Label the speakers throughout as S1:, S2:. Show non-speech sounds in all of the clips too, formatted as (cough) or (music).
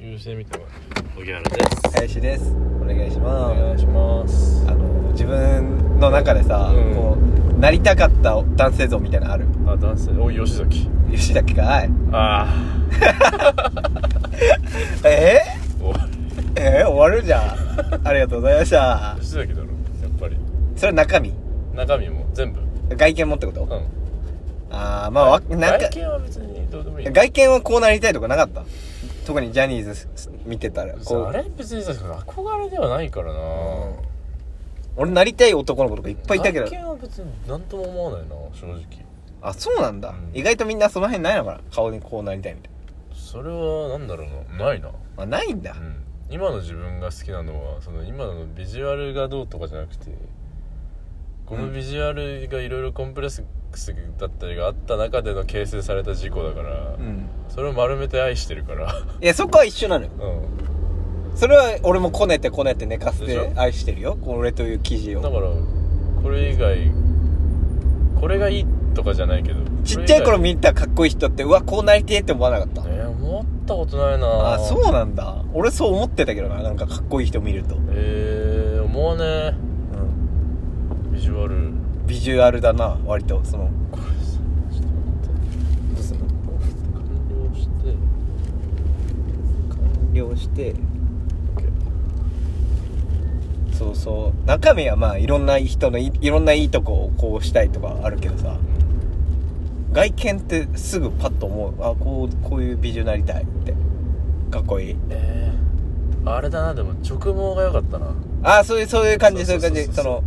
S1: 順してみても
S2: 荻原です
S3: 林ですお願いし
S1: お
S3: ます
S1: 願いします
S3: あの自分の中でさ、
S1: うん
S3: こうなりたかった男性像みたいなのある
S1: あ男性おい吉崎
S3: 吉崎かい
S1: あ
S3: え
S1: あおい
S3: ー、えー、終わるじゃ
S1: (laughs)
S3: んありがとうございました
S1: 吉崎だろやっぱり
S3: それ中身
S1: 中身も全部う
S3: 外見もってこと、
S1: ん
S3: ああまあわなんか
S1: 外見は別にどうでもいい
S3: 外見はこうなりたいとかなかった特にジャニーズ見てたらこ
S1: そうあ
S3: う
S1: れ別にさ憧れではないからな
S3: 俺なりたい男の子とかいっぱいいたけど
S1: 外見は別に何とも思わないな正直
S3: あそうなんだ、
S1: うん
S3: 意外とみんなその辺ないのかな顔にこうなりたいみたい
S1: それはなんだろうなないな
S3: な、あ、ないんだ、
S1: うん今の自分が好きなのはその今のビジュアルがどうとかじゃなくてこのビジュアルがいろいろコンプレックスだったりがあった中での形成された事故だから、
S3: うん
S1: それを丸めて愛してるから、
S3: いやそこは一緒なのよ
S1: う
S3: それは俺もこねてこねて寝かせ
S1: でしてょ
S3: 愛してるよ俺という記事
S1: ん、だ
S3: を
S1: からこれ以外これがいいとかじゃないけど
S3: ちっちゃい頃
S1: これ以
S3: 見たかっこいい人ってうわこうなりてえって思わなかった
S1: 外えー思ったことないな
S3: あそうなんだ俺そう思ってたけどななんかかっこいい人見ると、
S1: えー、思わね
S3: う
S1: え
S3: ん、
S1: ビジュアル
S3: ビジュアルだな割とその
S1: これさちょっと待って
S3: どうすんの
S1: 完了して
S3: 完了してそうそう中身はまあいろんな人のいいろんないいとこをこうしたいとかあるけどさ外見ってすぐパッと思うあこうこういう美女になりたいってかっこいい
S1: えー、あれだなでも直毛が良かったな
S3: ああそういうそういう感じそ
S1: そうう
S3: い
S1: そう
S3: う感
S1: そう
S3: じ
S1: そう
S3: その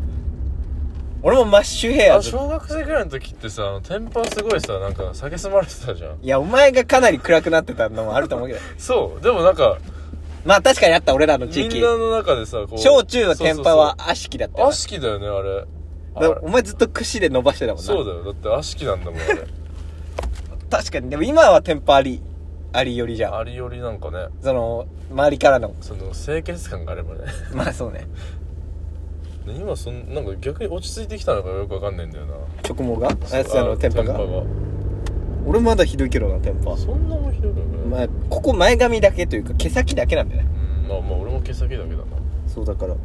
S3: 俺もマッシュヘア
S1: あ
S3: ず
S1: 小学生ぐらいの時ってさあの天パすごいさなんか蔑まれてたじゃん
S3: いやお前がかなり暗くなってたのもあると思うけど (laughs)
S1: そうでもなんか
S3: まあ確かにあった俺らの地
S1: み
S3: 域
S1: んなの中でさこう
S3: 小中の天パは
S1: そう
S3: 悪しきだった
S1: そうそう
S3: よ
S1: 悪しきだよねあれ
S3: な
S1: あ
S3: だお前ずっと櫛で伸ばしてたもんな
S1: そうだよだって悪しきなんだもんあれ
S3: 確かにでも今はテンパありありよりじゃん
S1: ありよりなんかね
S3: その周りからの
S1: その清潔感があればね (laughs)
S3: まあそうね
S1: で今そんなんか逆に落ち着いてきたのかよくわかんないんだよな
S3: 直毛があやつあのテンパが
S1: が
S3: 俺まだひどいけどなテンパ
S1: そんなもひどくない、
S3: まあここ前髪だけというか毛先だけなんだよね
S1: うんまあまあ俺も毛先だけだな
S3: そうだから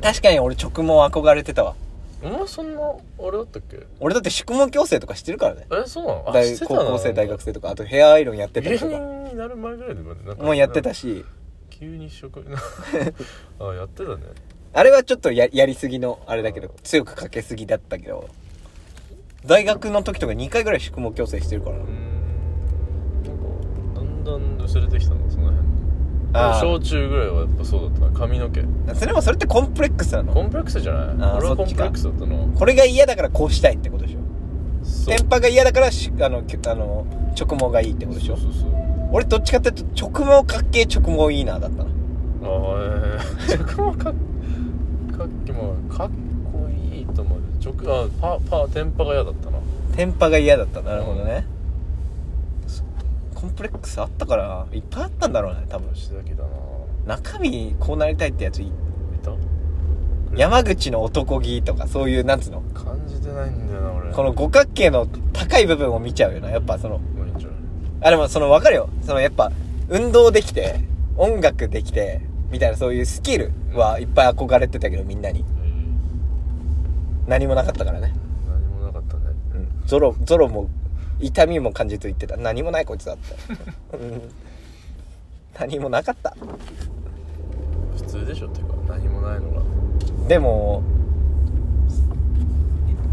S3: 確かに俺直毛憧れてたわ
S1: お前そんなあれだったっけ
S3: 俺だって宿毛矯正とかしてるからね
S1: えそうなのあ
S3: 大
S1: してた
S3: 高
S1: な
S3: 校生大学生とかあとヘアアイロンやってた
S1: 芸
S3: りとか
S1: 人になる前ぐらいでまでなんか
S3: もうやってたし
S1: 急に職 (laughs) あやってたね
S3: あれはちょっとややりすぎのあれだけど強くかけすぎだったけど大学の時とか2回ぐらい宿毛矯正してるから
S1: う
S3: な
S1: ーんなんかだんだん薄れてきたのその辺
S3: あー
S1: 小中ぐらいはやっぱそうだったな髪の毛
S3: それもそれってコンプレックスなの
S1: コンプレックスじゃない
S3: あー
S1: 俺は
S3: そ
S1: コ
S3: っ
S1: ン
S3: ち
S1: プ
S3: か
S1: レックスだったの
S3: これが嫌だからこうしたいってことでしょ
S1: そう
S3: テンパが嫌だからしあのきあの直毛がいいってことでしょ
S1: そうそうそう
S3: 俺どっちかっていうと直毛かっけえ直毛いいなだったな
S1: ああえ (laughs) え直毛かかっきもかっこいいと思う直あパパテンパが嫌だったな
S3: テンパが嫌だったなるほどね、コンプレックスあったからいっぱいあったんだろうね多分
S1: 吉崎だな
S3: 中身こうなりたいってやつい
S1: いた
S3: 山口の男気とかそういうなんつうの
S1: 感じてないんだよな俺
S3: この五角形の高い部分を見ちゃうよなやっぱその
S1: もういいんじゃない
S3: あでもその分かるよそのやっぱ運動できて音楽できてみたいなそういうスキルはいっぱい憧れてたけどみんなに
S1: え
S3: 何もなかったからね
S1: ー何もなかったね
S3: うんゾロゾロも痛みも感じと言ってた何もないこいつだって
S1: (laughs)
S3: うん何もなかった
S1: 普通でしょっていうか何もないのが
S3: でも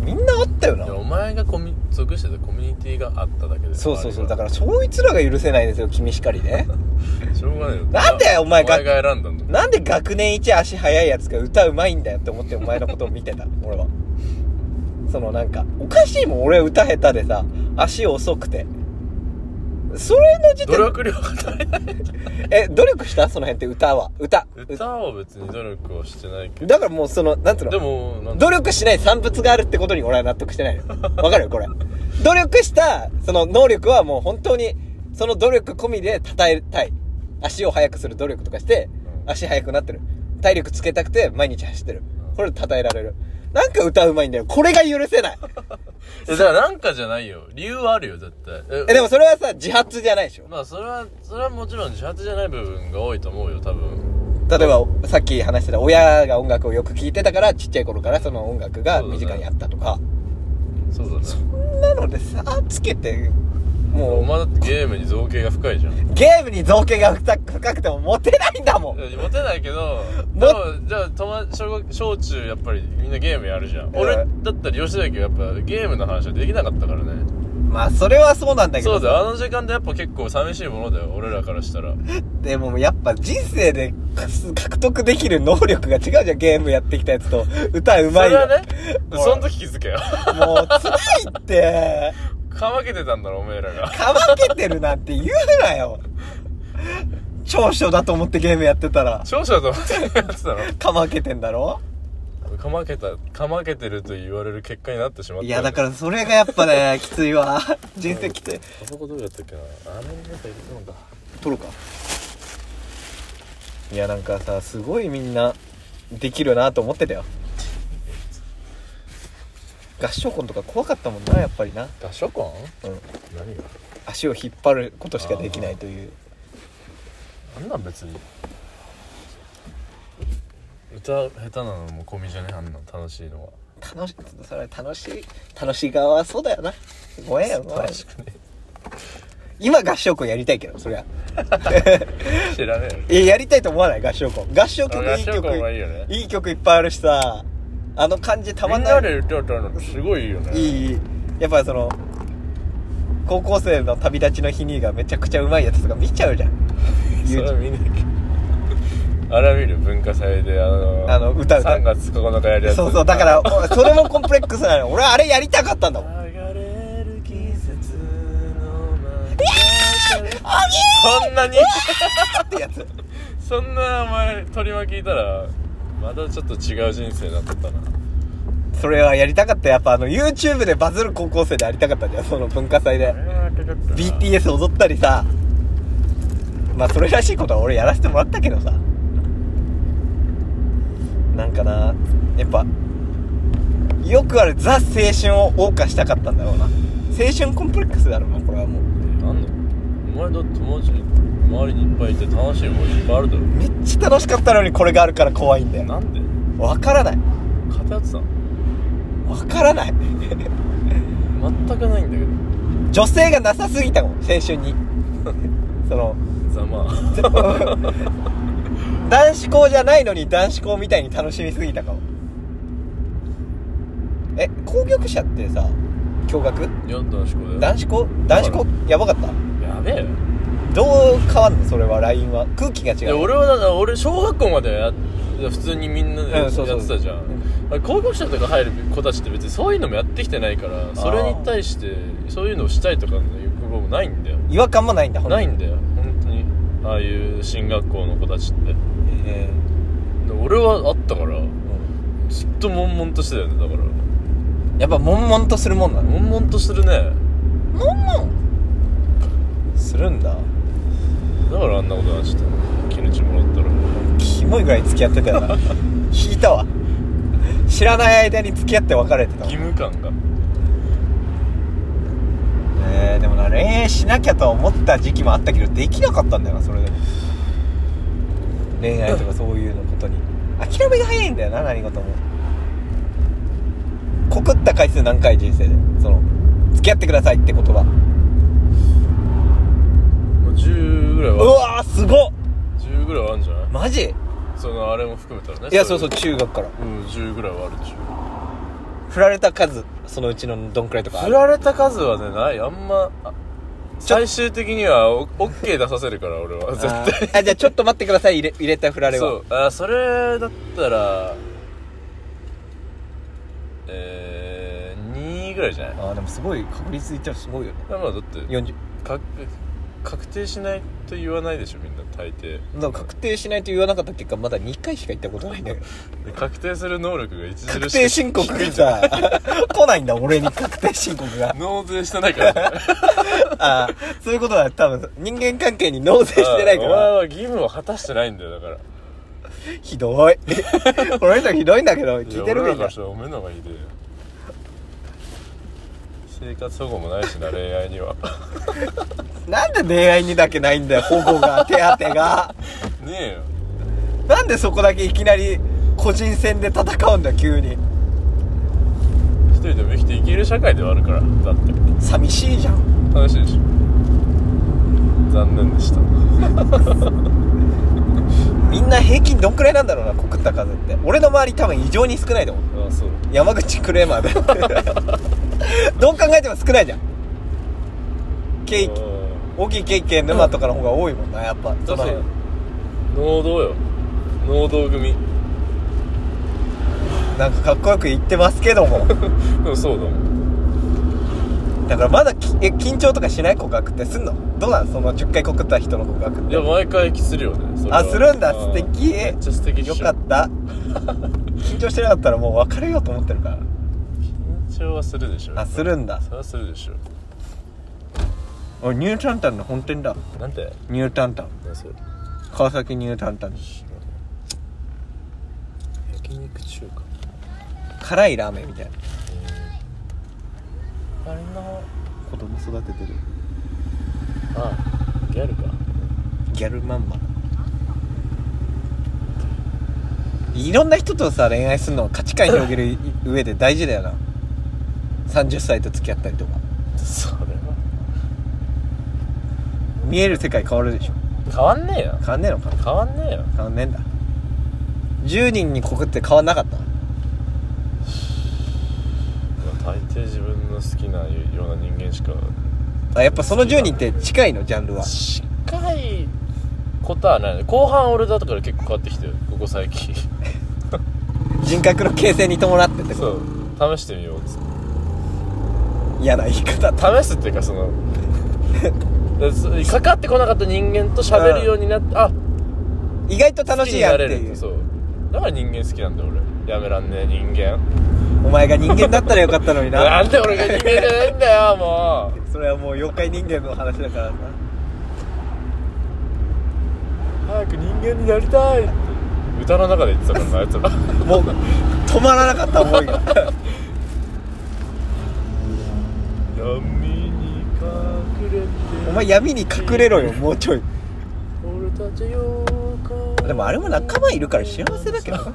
S3: みんなあったよない
S1: やお前がコミ属してたコミュニティがあっただけで
S3: そうそうそうだかららそいつらが許せないですよ君しか
S1: (laughs)
S3: りね
S1: しょうがないよ
S3: なんでお前が
S1: お前が選んだんだ
S3: なんで学年一足早いやつが歌うまいんだよって思ってお前のことを見てた俺はそのなんかおかしいもん俺歌下手でさ足遅くてそれの時
S1: 努
S3: 点
S1: 力量が足りない
S3: え努力したその辺って歌は歌
S1: 歌は別に努力はしてないけ
S3: だからもうそのなんつう
S1: ど
S3: の
S1: でもなんだ
S3: 努力しない産物があるってことに俺は納得してないのよわかるこれ努力したその能力はもう本当にその努力込みで称えたい足を速くする努力とかして
S1: うん
S3: 足速くなってる体力つけたくて毎日走ってるこれ称えられるなんか歌うまいんだよこれが許せない
S1: えだからなんかじゃないよ理由はあるよ絶対え
S3: えでもそれはさ自発じゃないでしょ
S1: まあそれはそれはもちろん自発じゃない部分が多いと思うよ多分
S3: 例えばさっき話してた親が音楽をよく聴いてたからちっちゃい頃からその音楽が身近にあったとか
S1: そうだね
S3: そんなのでさつけても
S1: お
S3: う
S1: 前だってゲームに造形が深いじゃん
S3: ゲームに造形が深く深くてもモテないんだもん
S1: いやモテないけ
S3: (laughs)
S1: ど
S3: も
S1: でもじゃあ友達小学小中やっぱりみんなゲームやるじゃん、
S3: ん
S1: 俺だったら吉崎はやっぱゲームの話はできなかったからね
S3: まあそれはそうなんだけ
S1: そ
S3: ど
S1: うだよあの時間でやっぱ結構寂しいものだよ俺らからした
S3: (laughs)
S1: ら
S3: でもやっぱ人生で獲得できる能力が違うじゃんゲームやってきたやつと歌うまい
S1: それはね
S3: ほ
S1: (laughs)
S3: ら
S1: その時気づけよ
S3: もう辛いって
S1: かまけてたんだろおめえらが
S3: かまけてるなんて言うなよ長所だと思ってゲームやってたら
S1: 勝者と思ってやってたの
S3: かまけてんだろ
S1: かまけたかまけてると言われる結果になってしまった
S3: いやだかららそれがやっぱねきついわ人生きつい
S1: あそこどうやったっけなあれになんか入れてたんだ
S3: 取るかいやなんかさすごいみんなできるなと思ってたよ合唱コンとか怖かったもんなやっぱりな、
S1: 合唱コ
S3: うん、
S1: ン何が
S3: 足を引っ張ることしかできないという
S1: あんなん別に歌下手なのも込みじゃねあんなん楽しいのは
S3: 楽しそれは楽しい楽しい側はそうだよなごめんよごめん
S1: 楽しくね
S3: 今合唱コンやりたいけどそりゃ (laughs)
S1: 知らねえよ
S3: えやりたいと思わない合唱コン合唱曲
S1: 合
S3: いい
S1: 唱
S3: 曲
S1: コンはいいよね
S3: いい曲いっぱいあるしさあの感じたま
S1: み
S3: ん
S1: ん
S3: ない
S1: なで歌歌うのすごいいいよね
S3: いいいいやっぱその高校生の旅立ちの日にがめちゃくちゃうまいやつとか見ちゃうじゃん
S1: (laughs) それは
S3: YouTube
S1: 見ねえけどあれは見る文化祭であの
S3: あの歌歌う
S1: 3月9日やるやつ
S3: そうそうだからおそれもコンプレックスなの俺あれやりたかったんだもん
S1: 流れる季節の真ん中そんなに
S3: ってやつ
S1: そんなお前取り巻きいたらまたちょっと違う人生になってたな
S3: それはやりたかったやっぱあの YouTube でバズる高校生でありたかったじゃんその文化祭で
S1: あれはちょっとな
S3: BTS 踊ったりさまあそれらしいことは俺やらせてもらったけどさなんかなやっぱよくあるザ青春を謳歌したかったんだろうな青春コンプレックスだろうなこれはもう
S1: なんだお前だって友達周りにいっぱいいて楽しいもんいっぱいあるだろ
S3: めっちゃ楽しかったのにこれがあるから怖いんだよな
S1: なんで
S3: わからない
S1: 偏ってたの
S3: わからない
S1: 全くないんだけど
S3: 女性がなさすぎたもん青春に (laughs) その
S1: ざまあ
S3: 男子校じゃないのに男子校みたいに楽しみすぎたかもえ攻撃者ってさ共学
S1: (laughs) 四男子校だよ
S3: 男子校男子校やばかった
S1: やべえよ
S3: どう変わんのそれは LINE は空気が
S1: い
S3: 違
S1: や
S3: う
S1: 俺はだから俺小学校までや普通にみんなでや
S3: うん
S1: って
S3: そうそう
S1: たじゃんあれ高校者とか入る子たちって別にそういうのもやってきてないからそれに対してそういうのをしたいとかの欲望もないんだよ
S3: 違和感もないんだほんと
S1: ないんだよ本当にああいう進学校の子たちってで
S3: え
S1: 俺はあったから
S3: ーう
S1: ずっと悶々としてたよねだから
S3: んやっぱ悶々とするもんなの
S1: 悶々とするね
S3: するんだ
S1: だからあんなことになっちゃったのキムチもらったら
S3: キモいぐらい付き合ってた
S1: (laughs)
S3: よな引いたわ知らない間に付き合って別れてたもん
S1: 義務感が
S3: えー、でもな恋愛しなきゃとは思った時期もあったけどできなかったんだよなそれでも恋愛とかそういうのことに諦めが早いんだよな何事も告った回数何回人生でその付き合ってくださいって言葉
S1: まあ10ぐらいうは
S3: わーすごっ
S1: 10ぐらいはあるんじゃない
S3: マジ
S1: そのあれも含めたらね
S3: いやそうそう中学から
S1: うん10ぐらいはあるでしょ
S3: 振られた数そのうちのどんくらいとかあ
S1: 振
S3: る
S1: られた数はねないあんまあ最終的にはオオッケー出させるから俺は絶
S3: あ
S1: 対
S3: ーあじゃあちょっと待ってください入れ入れた振られは
S1: そうあそれだったらえー、2ぐらいじゃない
S3: あーでもすごい確率いったらすごいよね
S1: まあだって
S3: 40
S1: 確確定しないと言わないでしょみんな大抵
S3: なんか確定しないと言わなかった結果まだ2回しか行ったことない
S1: (laughs)
S3: んだけど
S1: で確定する能力が著しく
S3: 確定申告
S1: 低い
S3: がさ
S1: (laughs)
S3: 来ないんだ俺に確定申告が
S1: 納税してないからね
S3: ああそういうことだ多分人間関係に納税してないか
S1: お前
S3: ら
S1: は義務を果たしてないんだよだから
S3: ひどいこの人ひどいんだけど聞いてる
S1: いや俺ら
S3: べき
S1: から
S3: だ
S1: したらおめえの方がいいで生活保護もないしな恋愛には (laughs)
S3: なんで恋愛にだけないんだよ保護が手当て
S1: (laughs)
S3: が
S1: ねえよ
S3: なんでそこだけいきなり個人戦で戦うんだよ急に
S1: 一人でも生きていける社会ではあるからだって
S3: 寂しいじゃん
S1: 楽しいでしょ残念でした
S3: みんな平均どんくらいなんだろうな告った数って俺の周り多分異常に少ないと思う
S1: ああそう
S3: 山口クレーマー (laughs) でどう考えても少ないじゃんケーキ大きいケーキ系沼とかの方が多いもんなやっぱ
S1: だ
S3: そ
S1: か
S3: の
S1: ら農道よ農道組
S3: なんかかっこよく言ってますけども
S1: でもそうだもん
S3: だからまだきえ緊張とかしない告白ってすんのどうなんその10回告った人の告白っ
S1: い
S3: て
S1: や毎回するよねそれは
S3: あするんだ
S1: あー
S3: 素敵
S1: めっちゃ素敵でしょ
S3: よかった緊張してなかったらもう別れようと思ってるから
S1: 緊張はするでしょ
S3: あするんだ
S1: それはするでしょ
S3: 俺ニュータンタンの本店だ
S1: なんて
S3: ニュータンタン
S1: 何それ
S3: 川崎ニュータンタン
S1: 焼肉中華
S3: 辛いラーメンみたいな
S1: あれの
S3: 子供育ててる
S1: あギャルか
S3: ギャルマンマいろんな人とさ恋愛するのは価値観広げる上で大事だよな30歳と付き合ったりとか
S1: それは
S3: 見える世界変わるでしょ
S1: 変わんねえよ
S3: 変わんねえのか
S1: 変わんねえよ
S3: 変わんねえんだ10人に告って変わんなかった
S1: 大抵自分の好きなような人間しか
S3: あやっぱその10人って近いのジャンルは
S1: 近いことはない後半俺だとから結構変わってきてるここ最近
S3: 人格の形成に伴ってってこ
S1: そう試してみようっつって
S3: と嫌な言い方だ
S1: 試すっていうかその (laughs) だからかかってこなかった人間と喋るようになって、あ
S3: 意外と楽しいやんって
S1: 好きになれ
S3: い
S1: る
S3: う
S1: そうだから人間好きなんだよ俺やめらんねえ人間
S3: お前が人間だったらよかったのに
S1: な
S3: なん
S1: で俺が人間じゃないんだよもう
S3: それはもう妖怪人間の話だからな
S1: 早く人間になりたいって歌の中で言ってたからなあいつ
S3: (laughs)
S1: ら
S3: もう止まらなかった思いが
S1: 闇に隠れて
S3: お前闇に隠れろよもうちょい
S1: 俺たちよ
S3: でもあれも仲間いるから幸せだけどな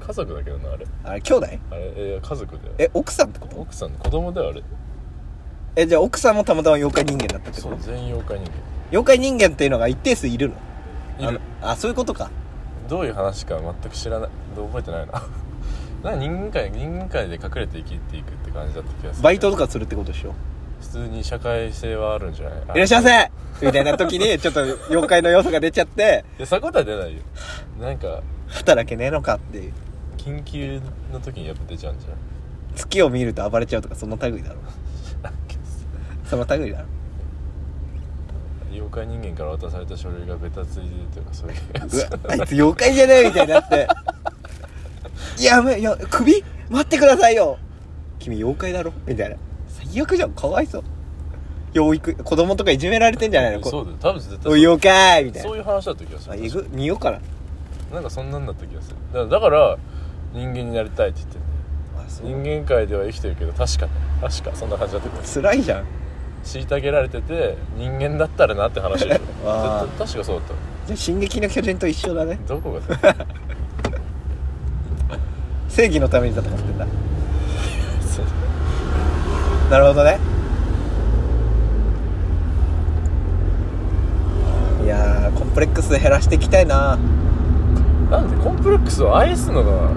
S1: 家族だけどなあれ
S3: あれ兄弟
S1: あれえ家族だよ
S3: え奥さんってこと
S1: 奥さんの子供だよあれ
S3: えじゃあ奥さんもたまたま妖怪人間だったってこ
S1: そ
S3: と
S1: う全員妖怪人
S3: 妖怪人間っていうのが一定数いるの
S1: 間いる
S3: あのあそういうことか
S1: どういう話か全く知らないどう覚えてないな (laughs) なんか人間界人間界で隠れて生きていくって感じだった気がする
S3: バイトとかするってことでしょ
S1: 普通に社会性はあるんじゃない
S3: いらっしゃいませみたいな時にちょっと妖怪の要素が出ちゃって
S1: いやそこでは出ないよなんか
S3: 働けねえのかっていう
S1: 緊急の時にやっぱ出ちゃうんじゃん
S3: 月を見ると暴れちゃうとかその類だろその類だろ
S1: (laughs) 妖怪人間から渡された書類がベタついてるとかそういうや
S3: う
S1: つ
S3: わあいつ妖怪じゃないみたいになって「いやめいや首待ってくださいよ君妖怪だろ」みたいな最悪じゃんかわいそう養育子供とかいじめられてんじゃないのこ
S1: そうだよ多分絶対
S3: おい妖怪みたい
S1: そう
S3: な
S1: いう話だった気がす
S3: あ
S1: る
S3: えぐ見ようかな
S1: なんかそんなんだった気がするだからだから人間になりたいって言ってんだよ
S3: あそ
S1: 人間界では生きてるけど確かね確かそんな感じだった気がする
S3: 辛いじゃん
S1: 虐げられてて人間だったらなって話でし
S3: (laughs)
S1: ょ
S3: あー
S1: 絶対確かそうだった
S3: じゃあ「進撃の巨人」と一緒だね
S1: どこが (laughs) だよ
S3: 正義のために戦ってんだ
S1: そう
S3: なるほどねいやーコンプレックス減らしていきたいな
S1: なんでコンプレックスを愛すのが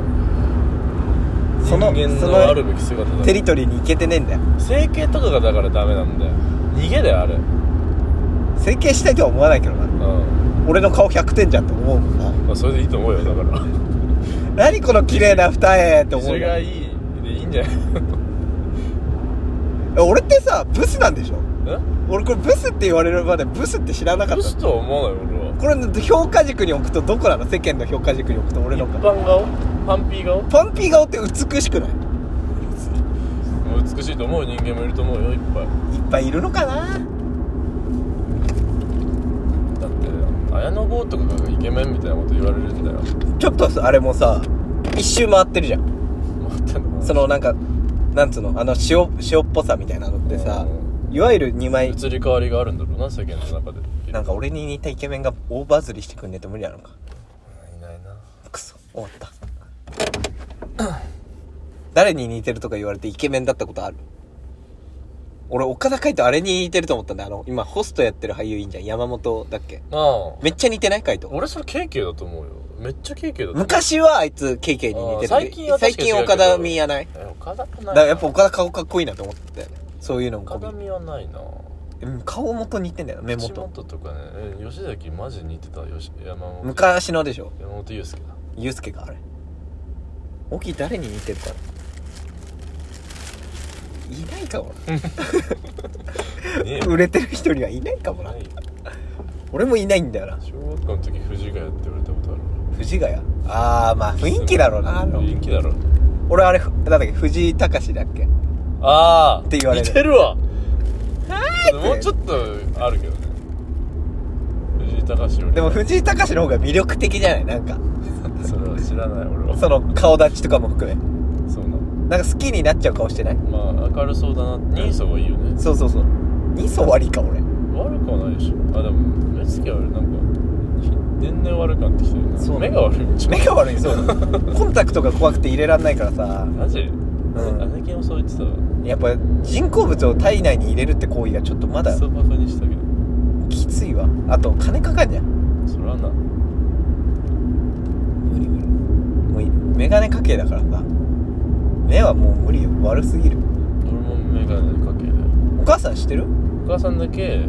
S3: そ
S1: 人
S3: の
S1: 間
S3: そ
S1: の
S3: の
S1: あるべき姿だ
S3: テリトリーに行けてねえんだよ
S1: 整形とかがだからダメなんだよ逃げだよあれ
S3: 整形したいとは思わないけどな
S1: うん
S3: 俺の顔100点じゃんって思うもんな
S1: まあそれでいいと思うよだ
S3: (laughs)
S1: から
S3: 何この綺麗な二重って思
S1: そうれ
S3: よ
S1: がいいでいいんじゃない (laughs)
S3: え俺ってさブスなんでしょ
S1: ん
S3: 俺これブスって言われるまでブスって知らなかっ
S1: ブ
S3: た
S1: スとは思わない俺は
S3: これ評価軸に置くとどこなの世間の評価軸に置くと俺
S1: 一
S3: の顔
S1: 般顔パンピー顔
S3: パンピー顔って美しくない
S1: 美しいと思う人間もいると思うよいっぱい
S3: いっぱいいるのか
S1: だ
S3: な
S1: ってあんな綾野剛とかがイケメンみたいなこと言われるんだよ
S3: ちょっとさあれもさ一周回ってるじゃん
S1: 待ってんの
S3: そのなんかなんつうのあの塩塩っぽさみたいなのってさいわゆる2枚
S1: 移り変わりがあるんだろうな世間の中で
S3: なんか俺に似たイケメンが大バズりしてくんねえと無理なのか
S1: いないな
S3: クソ終わった誰に似てるとか言われてイケメンだったことある俺岡田海人あれに似てると思ったんだあの今ホストやってる俳優いいんじゃん山本だっけ
S1: ああ
S3: めっちゃ似てない海人
S1: 俺それ KK だと思うよめっちゃ KK だと思う
S3: 昔はあいつ KK に似てる
S1: あー最近は確かに違うけど
S3: 最近岡田見やない
S1: え岡田かない
S3: だからやっぱ岡田顔かっこいいなと思ってたよねそういうのも
S1: 岡
S3: 込
S1: 田
S3: み
S1: 見はないな
S3: うん顔元似てんだよ目
S1: 口
S3: 元
S1: 元とかねえ吉崎マジ似てた吉山本
S3: 昔のでしょ
S1: 山本裕介だ
S3: ユうスケがあれ大きい誰に似てるかないないかも
S1: ねえ
S3: 売れてる人にはいないかもな
S1: ないよ
S3: 俺もいないんだよな
S1: 小学校の時藤ヶ谷って言われたことある
S3: 藤ヶ谷ああまあ雰囲気だろうなあの
S1: 雰囲気だろ
S3: 俺あれなんだっけ藤井隆だっけ
S1: ああ
S3: って言われる
S1: 似てるわ
S3: ー
S1: もうちょっとあるけどね藤井隆より
S3: でも藤井隆の方が魅力的じゃないなんか
S1: それは知らない俺は
S3: その顔立ちとかも含め
S1: そうな
S3: なんか好きになっちゃう顔してない
S1: のまあ明るそうだな人相がいいよね
S3: そうそうそう人相悪いか俺
S1: 悪くはないでしょあでも目つきはなんか年々悪くなってきてるな
S3: そう
S1: 目が悪いんじゃん
S3: 目が悪い (laughs) そうだコンタクトが怖くて入れらんないからさ
S1: マジ、
S3: ん
S1: 姉貴もそう言ってたわ
S3: やっぱ人工物を体内に入れるって行為がちょっとまだ
S1: クソバカにしたけど
S3: きついわあと金かかんじゃん
S1: そらな
S3: 無理無理もういメガネ家系だからさ目はもう無理よ悪すぎる
S1: 俺も眼鏡かける
S3: お母さん知ってる
S1: お母さんだけ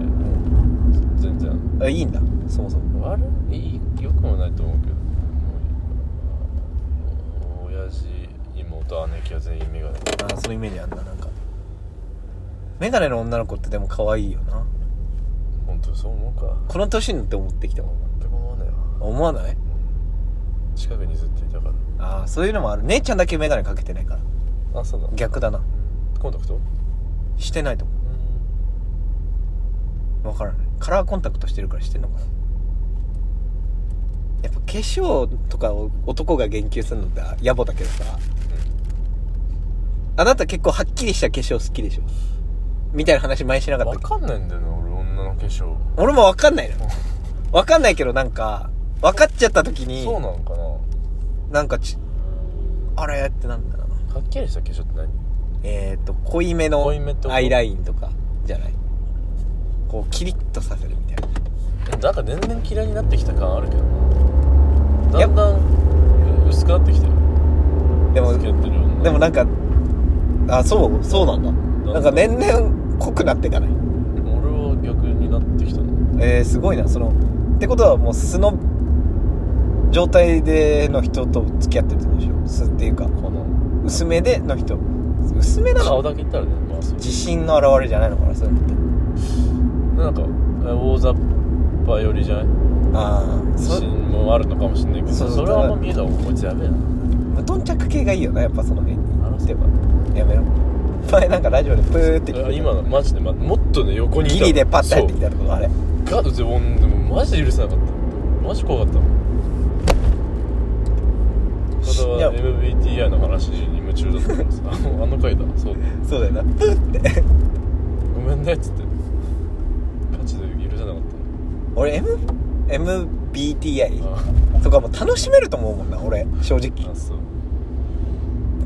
S1: 全然
S3: あいいんだそもそも
S1: 悪い良くもないと思うけどもう親父妹姉貴は全員眼鏡
S3: あーそのイメージあんななんかメガネの女の子ってでも可愛いよな
S1: 本当にそう思うか
S3: この年になって思ってきたもん
S1: 全く思わないわ
S3: 思わない
S1: うん近くにずっといたか
S3: ああそういうのもある姉ちゃんだけメガネかけてないから
S1: らあそうだ
S3: 逆だな
S1: コンタクト
S3: してないと思
S1: うん
S3: う分からないカラーコンタクトしてるからしてんのかなやっぱ化粧とかを男が言及するのって野暮だけどさあなた結構はっきりした化粧好きでしょみたいな話前にしなかったっ
S1: 分
S3: け
S1: かんないんだよな俺女の化粧
S3: 俺もわかんないのわかんないけどなんか分かっちゃった時に
S1: そうなのかな
S3: なんかちあれってなんだろうな
S1: はっきりした化粧って何
S3: えっ、ー、と濃いめの
S1: 濃いめってこと
S3: アイラインとかじゃないこうキリッとさせるみたいな
S1: えなんか年々嫌いになってきた感あるけどなだんだんう薄くなってきてる
S3: でも
S1: 薄くなってる女
S3: でもなんかあそうそうなんだなんか年々濃くなっていかない
S1: 俺は逆になってきたの
S3: えー、すごいなそのってことはもう素の状態での人と付き合ってるってことでしょ素っていうか
S1: かな
S3: 薄めでの人薄めなの
S1: 顔だけ言ったらねまあそう
S3: 自信の表れじゃないのかなそういうのって
S1: なんかえ大雑把寄りじゃない
S3: ああ
S1: 自
S3: そ
S1: 信もあるのかもしれないけど
S3: そう
S1: そ
S3: そう
S1: れはあんま見えた方がこいつやべえな
S3: 無頓着系がいいよなやっぱその辺に
S1: 話せ
S3: ではやめろ前なんかラジオでプーって聞い
S1: ば
S3: て
S1: 今のマジで、ま、もっとね横にいた
S3: ギリでパッて入ってきたとこあれ
S1: そうガッてもうでもマジで許せなかったマジ怖かったもんた
S3: いや
S1: だ MBTI の話に夢中だった
S3: (laughs)
S1: からさあのあの回だそうだ
S3: そうだよなプーって
S1: ごめんねっつってガチで許せなかった
S3: 俺 M MBTI
S1: あ
S3: とかも楽しめると思うもんな俺正直
S1: あそう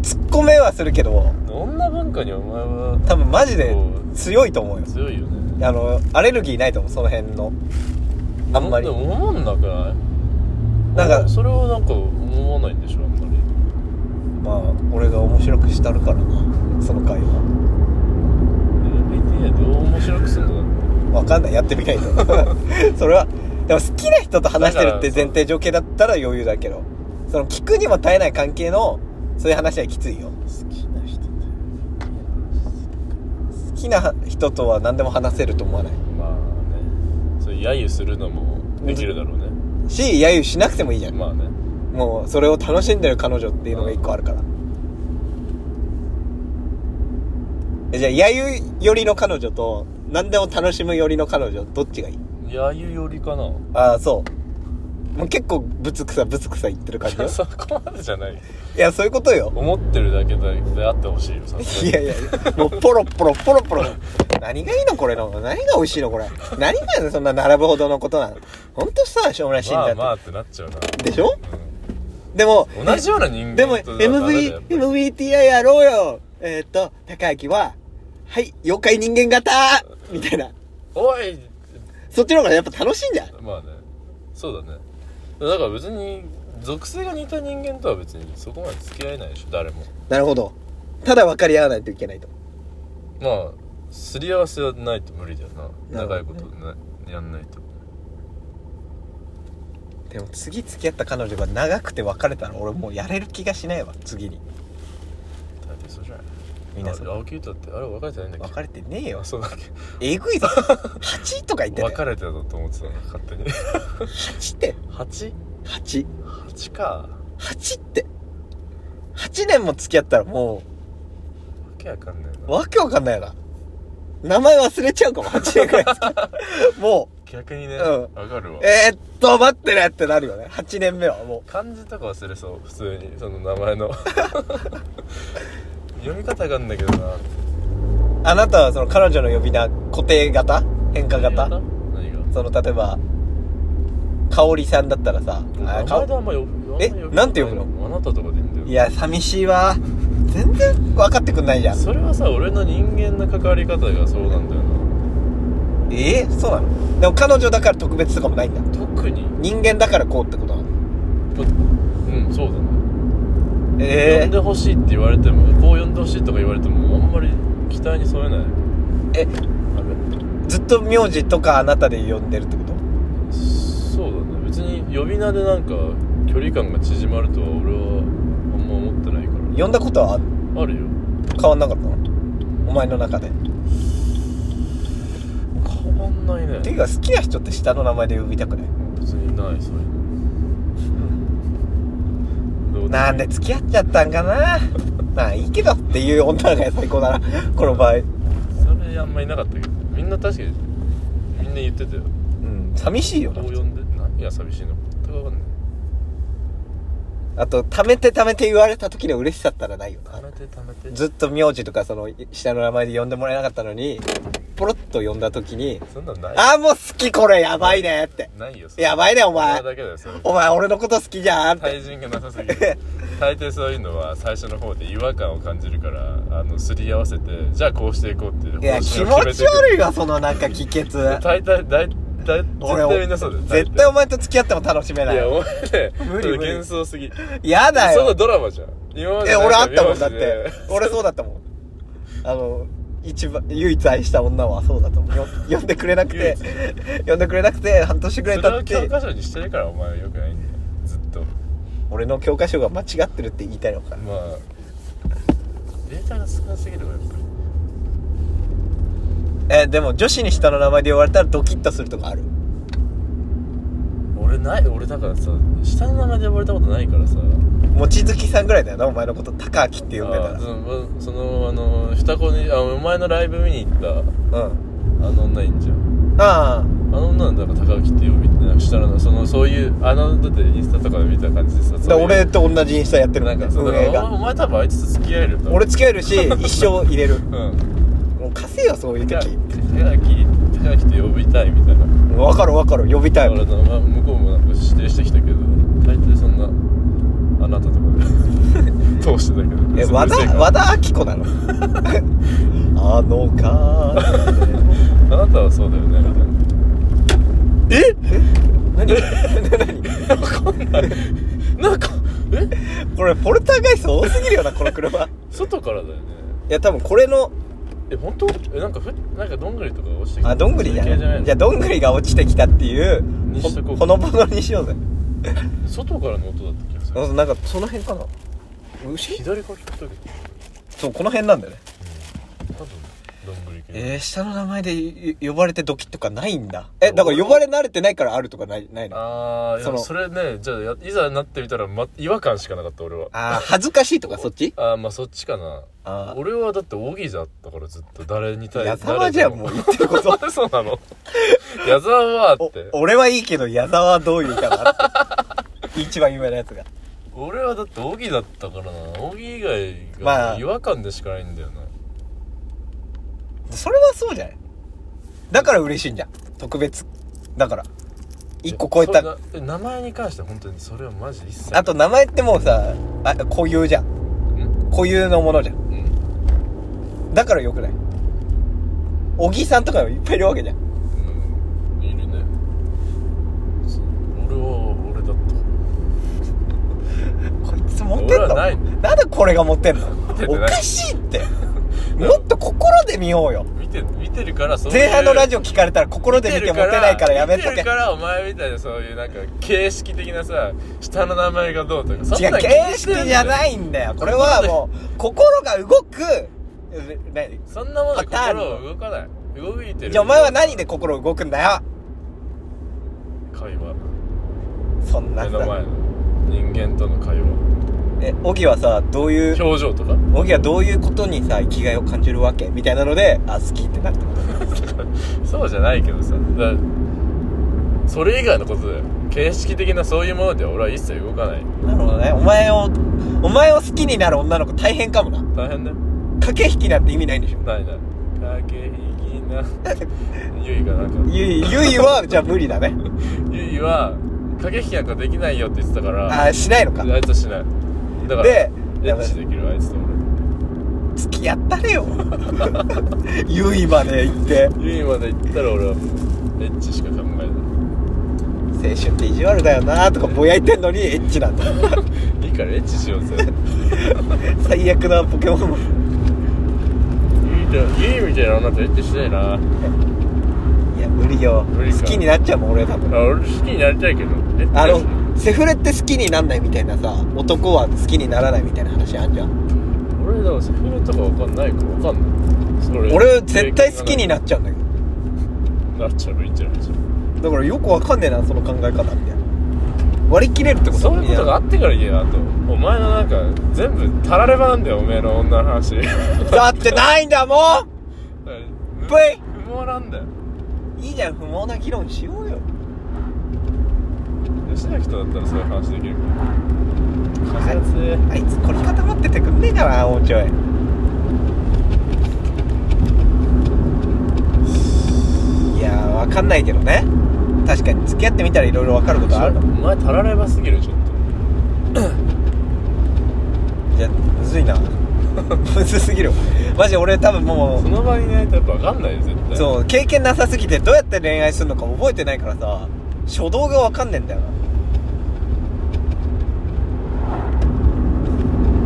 S3: ツッコめはするけど
S1: 女文化にお前は
S3: 多分マジで
S1: そう
S3: 強いと思うよ
S1: 強いよね
S3: あのアレルギーないと思うその辺のあんまり
S1: でも思んなくない
S3: なんか
S1: それはなんか思わないんでしょあんまり
S3: まあ俺が面白くしたるからなその会話
S1: MBTI どう面白くすんのだって
S3: わかんないやって
S1: (laughs)
S3: みないとそれはでも好きな人と話してるって前提条件だったら余裕だけどその聞くにも耐えない関係のそういう話はきついよ
S1: 好きな人って
S3: 好きな人とは何でも話せると思わない
S1: まあねそれ揶揄するのもできるだろうね
S3: し揶揄しなくてもいいじゃん
S1: まあね
S3: もうそれを楽しんでる彼女っていうのが一個あるからえじゃあ揶揄寄りの彼女と何でも楽しむ寄りの彼女どっちがいい
S1: やゆよりかな
S3: ああそうもう結構ぶつくさぶつくさ言ってる感じ
S1: い
S3: よ
S1: やそこまでじゃない
S3: いやそういうことよ
S1: 思ってるだけであってほしいよさす
S3: い
S1: がに
S3: やいやもうポロポロポロポロ何がいいのこれの何が美味しいのこれ何がそんな並ぶほどのことなの本当さしょうもない死ん
S1: ま
S3: だ
S1: あ
S3: って、
S1: まあってなっちゃうな
S3: でしょでも
S1: うん同じような人間
S3: でも
S1: とだからだよ
S3: MV MBTI やろうよえーっと高明ははい妖怪人間型みたいな
S1: おい
S3: そっちの方がやっぱ楽しいんじゃん
S1: まあねそうだねだから別に属性が似た人間とは別にそこまで付き合えないでしょ誰も
S3: なるほどただ分かり合わないといけないと
S1: まあすり合わせはないと無理だよな
S3: なるほ
S1: 長いこ
S3: ど
S1: とねやんないと
S3: でも次付き合った彼女が長くて別れたら俺もうやれる気がしないわ次に
S1: 大抵そうじゃない
S3: みんなそう
S1: あ青木優太ってあれ別れてないんだっけ
S3: 別れてねえよ
S1: あそうだっ
S3: えぐいぞ8とか言って
S1: け
S3: た
S1: 別
S3: よ
S1: れてたと思ってたの勝手に
S3: 8って
S1: 8?8
S3: 8
S1: か
S3: 8って8年も付き合ったらも
S1: わけわかんないうな
S3: わけわかんないよな名前忘れちゃうかも8年くらい付き合ったらも
S1: 逆にね
S3: う
S1: わ
S3: ん
S1: かるわ
S3: うえー、っと待ってねってなるよね8年目はも
S1: 漢字とか忘れそう普通にその名前
S3: (laughs)
S1: の読み方があるんだけどな
S3: うあなたはその彼女の呼び名固定型変化型
S1: 何が
S3: その例えば香織さんだったらさあ
S1: 名
S3: か
S1: 前であんま呼ぶ
S3: え
S1: あま呼ぶ
S3: なんて呼ぶ
S1: あなたとかでいいんだよ
S3: いや寂しいわ全然分かってくんないじゃん
S1: それはさ俺の人間の関わり方がそうなんだよな
S3: えー、そうなのでも彼女だから特別とかもないんだ
S1: 特に
S3: 人間だからこうってことなの
S1: うんそうだね、呼
S3: え
S1: んでほしいって言われてもこう呼んでほしいとか言われてもあんまり期待に添えない
S3: ー、
S1: あ
S3: え
S1: れ
S3: ずっと名字とかあなたで呼んでるってこと
S1: そうだね別に呼び名でなんか距離感が縮まるとは俺はあんま思ってないか
S3: 呼んだことは
S1: らあるよ
S3: 変わんなかったのお前の中で
S1: 変わんない
S3: てい
S1: ね
S3: うか好きな人って下の名前で呼びたくない
S1: 別にないそれどうでも
S3: なんで付き合っちゃったんかな (laughs) まあいいけどっていう女が最高だなこの場合
S1: それあんまいなかったけどみんな確かにみんな言ってたよ
S3: うん寂しいよ
S1: ど
S3: な
S1: う呼んで何が寂しいのか全く分かんない
S3: あと貯めて貯めて言われた時の嬉しさったらないよな
S1: 貯めて貯めて
S3: ずっと名字とかその下の名前で呼んでもらえなかったのにポロッと呼んだ時に
S1: そんなの
S3: 「
S1: ない
S3: ああもう好きこれやばいね」って
S1: ないよ
S3: 「やばいねお
S1: お前
S3: 前
S1: だけだよそれ
S3: お前俺のこと好きじゃん」って
S1: 対人がなさすぎる大抵そういうのは最初の方で違和感を感じるからあのすり合わせてじゃあこうしていこうっていう
S3: いや気
S1: を
S3: 持ち
S1: い
S3: 悪いわそのなんか気欠
S1: 大体大体
S3: 俺
S1: 絶対みんなそうだよ
S3: 絶対お前と付き合っても楽しめないい
S1: や
S3: よ
S1: お前ね
S3: 無理
S1: ちょっと
S3: 無理
S1: 幻想すぎ
S3: やだ
S1: そんな
S3: よ
S1: ドラマじゃん今まで
S3: え
S1: なん
S3: 俺
S1: か
S3: あったも
S1: 名
S3: ん
S1: 字
S3: だっ
S1: で
S3: て俺そうだったもんあの一番唯一愛した女はそうだと思うよ呼んでくれなくて呼んでくれなくて半年くらい
S1: それ
S3: 経
S1: を教
S3: って
S1: 科書にしてるからお前はよくないんだよずっと
S3: 俺の教科書が間違ってるって言いたいのか
S1: まあデータが少なすぎるわやっぱり
S3: えでも女子に下の名前で呼ばれたらドキッとするとかある
S1: 俺ない俺だからさ下の名前で呼ばれたことないからさ
S3: 望月さんぐらいだよなお前のこと高明って呼んで
S1: あそそのあの双子にあお前のライブ見に行った
S3: たらうん
S1: あの女いんじゃん
S3: ああ
S1: あの女なんだから高木って呼びってなんかしたらなそのそういうあのだってインスタとかで見た感じでさ
S3: だから
S1: そうい
S3: 俺
S1: う
S3: と同じインスタやってる
S1: なんかそう
S3: 運
S1: だ
S3: 営
S1: からお
S3: が
S1: お前多分あいつと付き合えると
S3: 俺付き合えるし一生入れる
S1: うん
S3: もう稼いよそういう
S1: 高
S3: 時
S1: 木高木って呼びたいみたいな
S3: 分かる分かる呼びたい
S1: だ
S3: も
S1: から
S3: ん
S1: なまあ向こうもなんか指定してきたけど大体そんなあなたとか
S3: (laughs)
S1: で通してたけど
S3: え和田
S1: うるせえから
S3: 和田アキ子なの (laughs) あのか
S1: あなたはそうだよねみたいな
S3: え何何
S1: わかんないなんかえ
S3: (laughs) これポルターガイスト多すぎるよなこの車い
S1: 外からだよね
S3: や多分これの
S1: え本当えなんかふなんかどんぐりとか落ちてきた
S3: あどんぐりじゃ
S1: そういう系
S3: ない
S1: の
S3: じゃあどんぐりが落ちてきたっていう
S1: にしとこ
S3: ほ (laughs)
S1: う
S3: ほのぼのにしようぜ
S1: 外からの音だった気がする
S3: なんかその辺かな後
S1: 左から聞こえたけど
S3: そうこの辺なんだよね
S1: 多分どんぐりるけど、
S3: えー、下の名前でい呼ばれてドキッとかないんだえだから呼ばれ慣れてないからあるとかないないのあ
S1: ああそ
S3: その
S1: それねじゃあやいざなってみたら、ま、違和感しかなかった俺はあ
S3: あー恥ずかしいとかそっち
S1: あーまあそっちかな
S3: あ
S1: 俺はだってオギーだったからずっと誰に
S3: あ
S1: 対
S3: 矢沢じゃんもう言ってること
S1: う (laughs) そうなの矢沢はっ
S3: お
S1: て
S3: 俺はいいけど矢沢はどういうかなっ
S1: (laughs)
S3: て一番有名なやつが
S1: 俺はだってオギだったからなオギ以外
S3: ま
S1: が
S3: あ
S1: 違和感でしかないんだよな、
S3: それはそうじゃないだから嬉しいんじゃん特別だから一個超え
S1: そ
S3: た
S1: うな名前に関しては本当にそれはマジ一切
S3: あと名前ってもうさあ固有じゃん
S1: うん
S3: 固有のものじゃん
S1: うん
S3: だからよくない小木さんとかもいっぱいいるわけじゃん
S1: うんいるねそう俺は俺だった
S3: こいつ持ってん
S1: 俺は
S3: の
S1: ない
S3: なんでこれが持ってんの
S1: てない
S3: おかしいってもっと心で見ようよ
S1: 見て見てるからそういう
S3: 前半のラジオ聞かれたら心で見て持ってないからやめと
S1: 見て
S3: け
S1: るからお前みたいなそういうなんか形式的なさ下の名前がどうとかそん
S3: 違う
S1: な
S3: 形式じゃないいんだよこれはもう心が動くえね
S1: そんなもので
S3: パターン
S1: 心は動かない動いてる
S3: じゃあお前は何で心動くんだよ
S1: 会話
S3: そんな
S1: 目の前
S3: さ
S1: の人間との会話
S3: え小木はさどういう
S1: 表情とか
S3: 小木はどういうことにさ生きがいを感じるわけみたいなのであ好きってなった
S1: そうじゃないけどさだそれ以外のことだよ形式的なそういうものでは俺は一切動かない
S3: なるほどねお前をお前を好きになる女の子大変かもな
S1: 大変だよ
S3: 駆け引きなんて意味ないんでしょ
S1: ないない駆け引きなゆいがなんか
S3: ゆいゆい
S1: (laughs)
S3: はじゃあ無理だね
S1: ゆいは駆け引きなんかできないよって言ってたからあ
S3: あーしないのか
S1: いつはしないだから
S3: で
S1: エッチできるあいつと
S3: 付き合った
S1: (laughs)
S3: れよゆいまで行って
S1: 俺ゆいまで行ったら俺はエッチしか考えな
S3: 青春って意地悪だよなとかぼやいてんのにエッチなんだ
S1: いいいからエッチしようぜゆい
S3: 最悪なポケモンも
S1: とゆいみたいな女とエッチしたいなあ
S3: いや無理よ
S1: 無理か
S3: 好きになっちゃうもん俺多分
S1: 俺好きになりたいけどエッチ
S3: あのセフレって好きになんないみたいなさ男は好きにならないみたいな話あんじゃん
S1: 俺だからセフレとかわかんないからわかんないそれ
S3: 俺絶対好きになっちゃうんだけ
S1: なっちゃういいんじゃない
S3: どだからよくわかんねえなその考え方みたいな割り切れるってこと
S1: そういうことがあ
S3: や
S1: ってから言えなとお前のなんか全部たらればなんだよお前の女の (laughs) 話
S3: だってないんだも
S1: 無
S3: ぷい
S1: 不毛なんだよ
S3: んいいじゃん不毛な議論しようよ
S1: 吉崎とだったらそういう話できるから風強い
S3: あいつ凝り固まっててくんねえかなもうちょいいやーわかんないけどね確かに付き合ってみたらいろいろわかることある
S1: お前たらればすぎるちょっと
S3: いやむずいな (laughs) むずすぎるマジ俺多分も
S1: その場にいないとやっぱ分かんないよ絶
S3: う
S1: 対
S3: そう経験なさすぎてどうやって恋愛するのか覚えてないからさ初動がわかんねえんだよな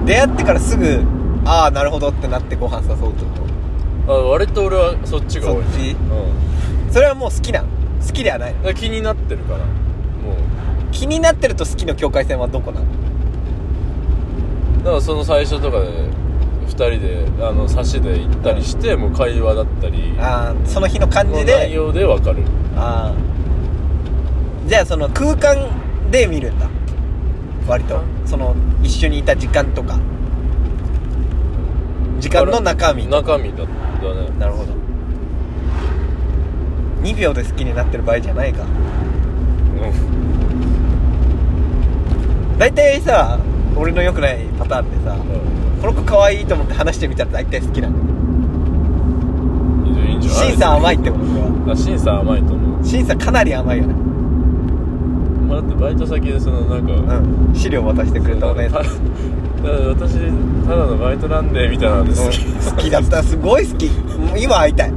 S3: 出会ってからすぐああなるほどってなってご飯誘うってこと
S1: あ割と俺はそっちが多い
S3: そっち
S1: うん
S3: それはもう好きなの好きではないの
S1: だから気になってるからもう
S3: 気になってると好きの境界線はどこなの
S1: だからその最初とかで2人であの差しで行ったりして、もう会話だったり
S3: ああその日の感
S1: の
S3: じ
S1: 内
S3: で
S1: 容で分かる
S3: ああじゃあその空間で見るんだ割とその一緒にいた時間とか時間の中身
S1: 中身だったね
S3: なるほど2秒で好きになってる場合じゃない
S1: う
S3: か
S1: ん
S3: 大体さ俺の良くないパターンでさこの子可愛いと思って話してみたら大体好きなの
S1: いいんじゃない
S3: 審査甘いってことは
S1: あ審査甘いと思う
S3: 審査かなり甘いよね
S1: お前だってバイト先でそのなんか、
S3: うん資料渡してくれたお姉さん
S1: (laughs) たただ私ただのバイトなんでみたいなんです
S3: 好きだったすごい好きもう今会いたい
S1: だ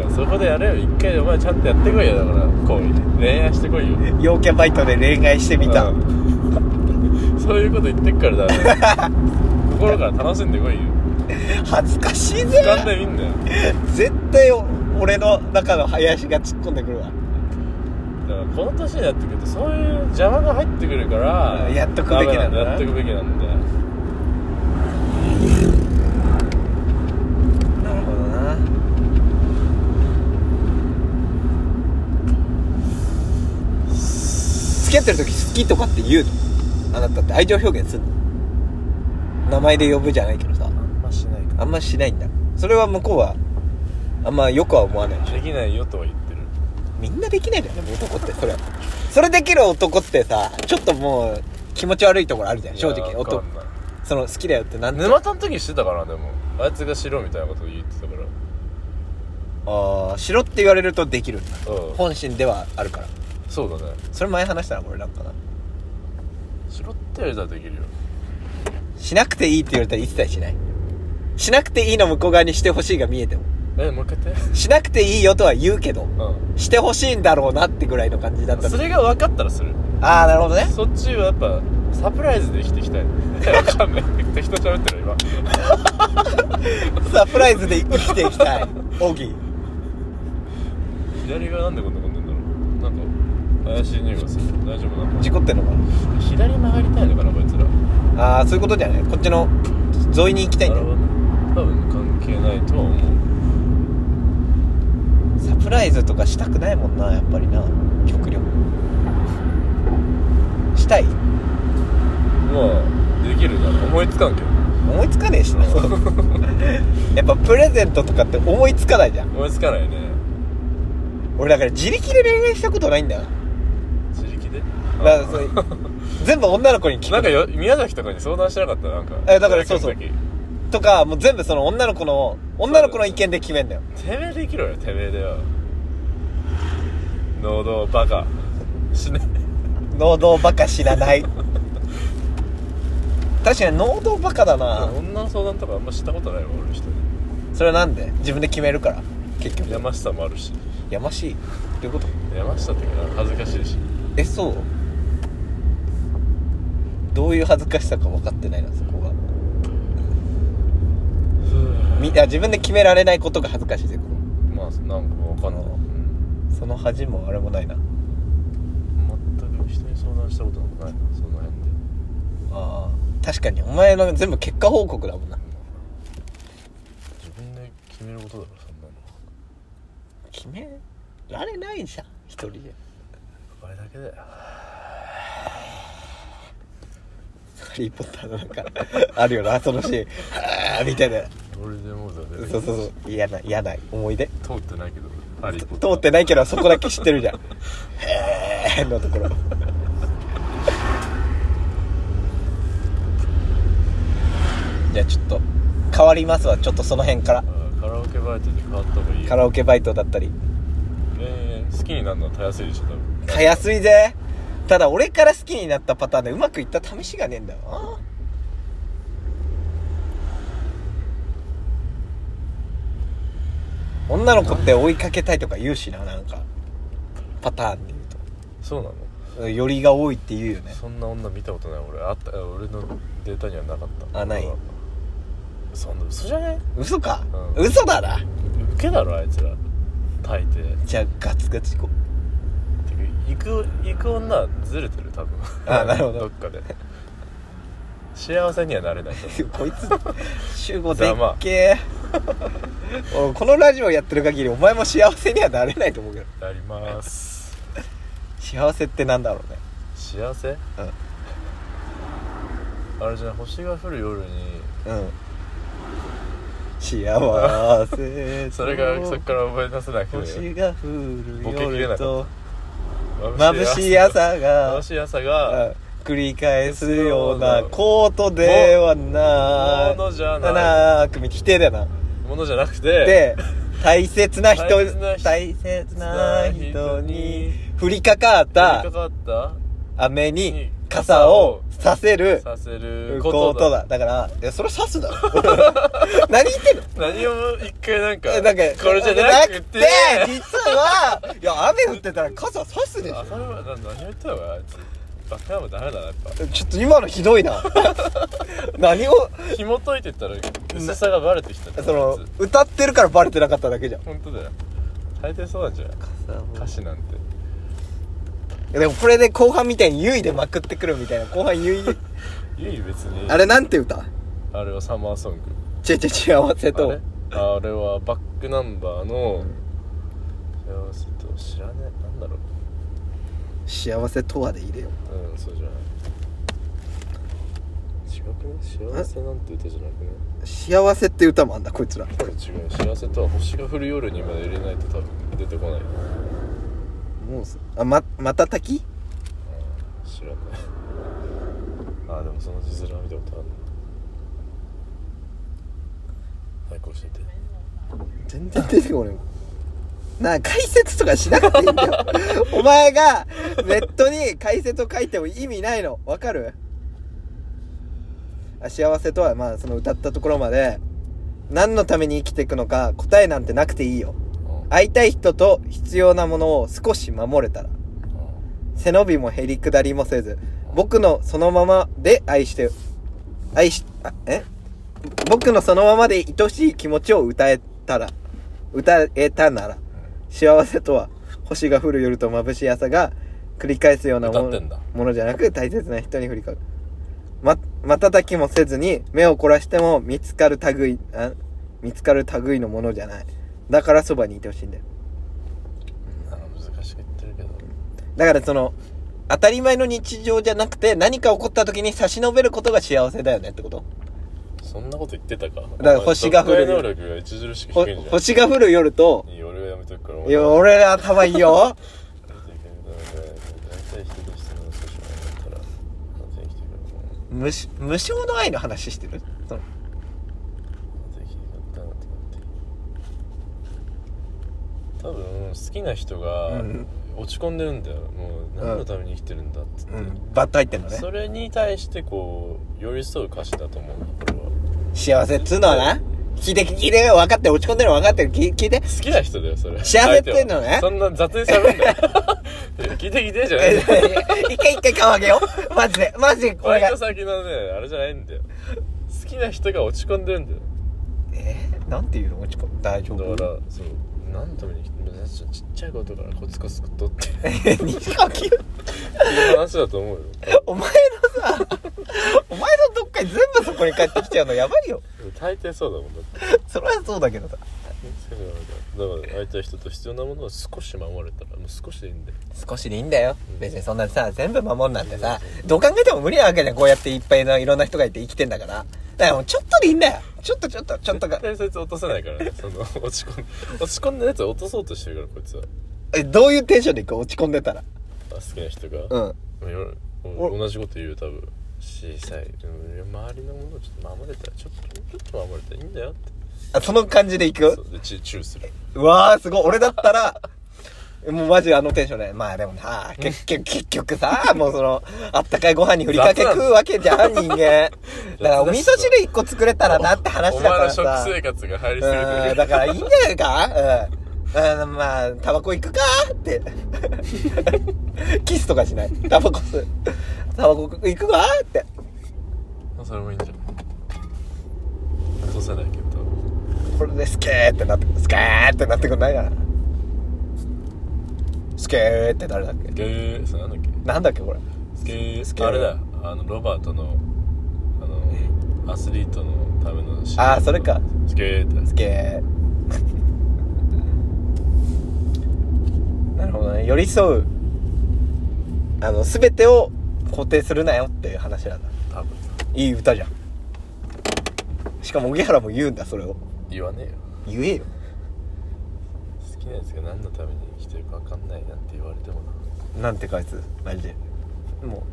S1: からそこでやれよ一回お前ちゃんとやってこいよだからこう恋愛してこいよ
S3: 陽キャバイトで恋愛してみた、
S1: うん (laughs) そういうこと言ってっからだ
S3: (laughs)
S1: ね心から楽しんでこいよ
S3: 恥ずかしいぜ
S1: 掴んでみんなよ
S3: 絶対俺の中の林が突っ込んでくるわ
S1: だからこの年になってくるとそういう邪魔が入ってくるから
S3: うんやっとくべきな
S1: ダ
S3: んだな
S1: メやっとくべきなんだよ
S3: なるほ付き合ってる時好きとかって言うのあなたって愛情表現するの名前で呼ぶじゃないけどさ
S2: あんましないか
S3: あんましないんだそれは向こうはあんまよくは思わないでしょ
S1: できないよとは言ってる
S3: みんなできないからねもう男ってそれはそれできる男ってさちょっともう気持ち悪いところあるじゃん正
S1: い
S3: 直
S1: やわか
S3: 男
S1: んない
S3: その好きだよってなんて
S1: 沼田の時にしてたからなでもあいつがしろみたいなこと言ってたから
S3: ああしろって言われるとできる
S1: うん
S3: 本心ではあるから
S1: そうだね
S3: それ前話したな俺なんかな
S1: しろってやれたらできるよ
S3: しなくていいって言われたら一切しないしなくていいの向こう側にしてほしいが見えても
S1: えもう一回言って
S3: しなくていいよとは言うけど
S1: う
S3: してほしいんだろうなってぐらいの感じだった
S1: んそれが分かったらする
S3: ああなるほどね
S1: そっちはやっぱサプライズで生きていきたいわかんない適当喋ってる今
S3: サプライズで生きていきたいオギ
S1: 左がなんでこんなことんだろうなんか怪しい匂いがする大丈夫なの
S3: 事故ってんのか
S1: 左曲がりたいのかなこいつら
S3: なああそういうことじゃないこっちの沿いに行きたいんだ
S1: あれはね多分関係ないとは思う
S3: サプライズとかしたくないもんなやっぱりな極力したい
S1: まあできるなら思いつかんけど
S3: 思いつかねえしなやっぱプレゼントとかって思いつかないじゃん
S1: 思いつかないね
S3: 俺だから自力で恋愛したことないんだよ
S1: 自力で
S3: だからそれ全部女の子に
S1: (laughs)
S3: 聞
S1: なんか
S3: く
S1: よ宮崎とかに相談してなかったなんか
S3: えだからそうそう
S1: てめ
S3: とかもう全部その女の子の女の子の意見で決めんだよ
S1: えできろよてめえでよ能動バカしね
S3: 能動バカ知らない確かに能動バカだな
S1: 女の相談とかあんましたことないわ俺一人
S3: それはなんで自分で決めるから結局
S1: 山下もあるし
S3: やましいどういうこと
S1: 山下ってか恥ずかしいし
S3: えそうどういう恥ずかしさか分かってないなそこがみあ自分で決められないことが恥ずかしいってこ
S1: まあなんかわかんない、
S3: あー
S1: うん、
S3: とその恥もあれもないな
S1: 全く人に相談したことなんかないなその辺で
S3: あー確かにお前の全部結果報告だもんな
S1: 自分で決めることだからそんなの
S3: 決められないじゃん一人で
S1: あれだけだよ
S3: ハリー・ポッターのなんかあるよなそのシーンあーみたいな
S1: 俺でもうだね
S3: そうそうそう嫌な嫌な思い出
S1: 通ってないけどハリー・ポッタ
S3: 通
S1: ー
S3: ってないけどそこだけ知ってるじゃんへえのところじゃあちょっと変わりますわちょっとその辺から
S1: あーカラオケバイトで変わった方がいいよ
S3: カラオケバイトだったり
S1: えー好きになるのはたやすいでしょ多分
S3: たやすいぜただ俺から好きになったパターンでうまくいった試しがねえんだよな女の子って追いかけたいとか言うしななんかパターンで言うと
S1: そうなの
S3: よりが多いって言うよね
S1: そんな女見たことない俺あった俺のデータにはなかった
S3: あない
S1: そんな嘘じゃない
S3: 嘘か、
S1: うん
S3: 嘘だな
S1: ウケだろあいつら大抵
S3: じゃあガツガツ行こ
S1: てか行く行く女はずれてる多分
S3: あなるほど
S1: どっかで幸せにはなれないと思
S3: う (laughs) こいつ集合でっ
S1: ざま
S3: け (laughs) えおいこのラジオやってる限りお前も幸せにはなれないと思うけど
S1: うなります
S3: 幸せってなんだろうね
S1: 幸せ、あれじゃない星が降る夜に
S3: うん幸せ
S1: (laughs)
S3: と
S1: それがそっから覚え出せなくて
S3: 星が降
S1: ボケきれ
S3: る
S1: な
S3: 夜
S1: か
S3: と眩しい朝が
S1: 眩しい朝
S3: う
S1: が
S3: ん繰り返すようなことではない
S1: もものじゃない
S3: なく否定だよな
S1: ものじゃなくて
S3: で大切な人
S1: 大切な人
S3: 大切な人に降りかかっ
S1: 引ったかかった
S3: 雨に傘をさせる
S1: させる
S3: こ
S1: ことと
S3: だ
S1: だ
S3: だからいやそれさす
S1: (laughs)
S3: だろ何言ってんの
S1: 何を一回なんか
S3: えなんか
S1: これじゃなくて
S3: なくて実はいや雨降ってたら傘さすでし
S1: あ
S3: ょ
S1: それはな何を言ったのかなあいつバカもダメだなやっぱ
S3: ちょっと今のひどいな (laughs) 何を
S1: 紐解いてったら薄さがバレてきたね
S3: その
S1: あいつ
S3: 歌ってるからバレてなかっただけじゃん
S1: 本当だよ大抵そうなんじゃない歌詞なんて
S3: いやでもこれで後半みたいに「ゆい」でまくってくるみたいな後半「ゆ
S1: (laughs)
S3: い
S1: ゆい別」に
S3: あれなんて歌
S1: あれはサマーソング
S3: ちぇちぇちぇ合わせ
S1: あ
S3: と
S1: れあれはバックナンバーの幸せと知らねえなんだろう
S3: 幸せとはで入れよ
S1: うんそうじゃない違くない幸せなんて歌じゃなくないう
S3: 幸せって歌もあんだこいつら
S1: これ違う幸せとは星が降る夜にまで入れないと多分出てこない
S3: もうすあままたたき
S1: 知らないあでもその字面は見たことあるはいこうしてて
S3: 全然出てこないもんなあ解説とかしなくていいんだよお前がネットに解説を書いても意味ないのわかるあ幸せとはまあその歌ったところまで何のために生きていくのか答えなんてなくていいよ会いたい人と必要なものを少し守れたら背伸びもへりくだりもせず僕のそのままで愛して愛しあえ僕のそのままで愛しい気持ちを歌えたら歌えたなら幸せとは星が降る夜と眩しい朝が繰り返すような
S1: 歌
S3: も
S1: ってんだ
S3: のものじゃなく大切な人に振りかかるま瞬きもせずに目を凝らしても見つかる類いあ見つかる類いのものじゃないだからそばにいてほしいんだよ
S1: あ難しく言ってるけど
S3: だからその当たり前の日常じゃなくて何か起こった時に差し伸べることが幸せだよねってこと
S1: そんなこと言ってたかだ
S3: から星が降る
S1: 能力が著しく
S3: ほ
S1: 低いんじゃない
S3: 星が降る夜と
S1: いい俺がやめとくから
S3: いや俺ら頭いいよ
S1: 大体人としても少し前だったらまた生きてくるかな
S3: 無し無償の愛の話してるその
S1: また生きてくるかなって思って多分好きな人が
S3: うん
S1: 落ち込んでるんだよもう何のために生きてるんだって言
S3: う
S1: って、
S3: んバッと入ってんのね
S1: それに対してこう寄り添う歌詞だと思うなこれは
S3: 幸せっつうのはな聞いて聞いて分かってる落ち込んでるの分かってる聞い聞いて (laughs)
S1: 好きな人だよそれ
S3: 幸せって言うの
S1: 相
S3: ね
S1: 手はそんな雑に喋
S3: (laughs)
S1: んなよいや聞いて聞いてじゃない
S3: 一回一回顔上げようマジでマジでお
S1: バ
S3: 願
S1: イト
S3: い
S1: 先のねあれじゃないんだよ好きな人が落ち込んでるんだよ
S3: えーなんていうの落ち込む大丈夫
S1: だ
S3: (laughs)
S1: からそう何のために生きてるちちっちゃいことからコツコツとってって
S3: 西川きよ
S1: いう話だと思うよ
S3: お前のさお前のどっかに全部そこに帰ってきちゃうのやばいよ
S1: 大抵そうだもんだって
S3: それはそうだけどさ
S1: だから会いたい人と必要なものを少し守れたらもう少しでいいんだよ
S3: 少しでいいんだよ別にそんなさ全部守んなんてさどう考えても無理なわけじゃんこうやっていっぱいないろんな人がいて生きてんだからだからもうちょっとでいいんだよちょっとちょっとちょっとが
S1: 絶対そいつ落とせないからねその落ち込ん落ち込んでるやつを落とそうとしてるからこいつは
S3: えどういうテンションでいく落ち込んでたら
S1: あ好きな人が、
S3: うん
S1: まあよ
S3: お
S1: 同じこと言うよ多分小さいでも周りのものをちょっと守れたらちょっとちょっと守れたらいいんだよって
S3: あその感じでい
S1: そ
S3: く
S1: うでチチューする
S3: うわーすごい俺だったらもうマジあのテンションでまあでもな結局結局さもうそのあったかいご飯にふりかけ食うわけじゃん人間だからお味噌汁一個作れたらなって話
S1: お
S3: だ
S1: 前
S3: か
S1: の
S3: らさ
S1: 食生活が入りすぎて
S3: うんだからいいんじゃないかうんうん。まあ、タバコ行くかって。キスとかしない。タバコ吸う。タバコ行くかって。
S1: らそれもいいんじゃない落とせないけど
S3: これでスケーってなって、スケーってなってくんないかな。スケーって誰だっけ
S1: ゲーそれなんだっけ
S3: なんだっけこれ。
S1: スケー
S3: スケー
S1: あれだあのロバートのあのアスリートのためのシーン
S3: あーそれか
S1: スケーって
S3: スケー。なるほどね。寄り添う。あの、すべてを肯定するなよっていう話なんだ。
S1: 多分
S3: いい歌じゃんしかも荻原も言うんだそれを
S1: 言わねえよ
S3: 言えよ
S1: 好きなやつが何のために生きてるか分かんないなんて言われてもな
S3: なんてこいつマジでも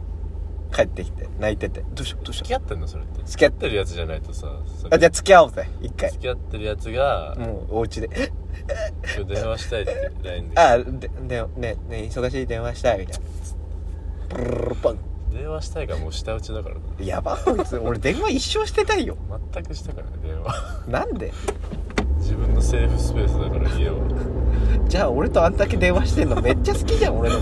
S3: う帰ってきて泣いててどうしようどうし
S1: 付
S3: よ
S1: き合ってんのそれって
S3: 付き合っ
S1: ってるやつじゃないとさそれ
S3: うあじゃあ付き合おうぜ一回
S1: 付き合ってるやつが
S3: もうお家で
S1: 今日電話したいって LINE で
S3: あででねね忙しい電話したいみたいなブルルルパン
S1: 電話したいがもう舌打ちだからな
S3: やばこいつ俺電話一生してたいよ
S1: 全くしたからね電話 (laughs)
S3: なんで
S1: 自分のセーフスペースだから家は
S3: じゃあ俺とあんだけ電話してんのめっちゃ好きじゃん俺の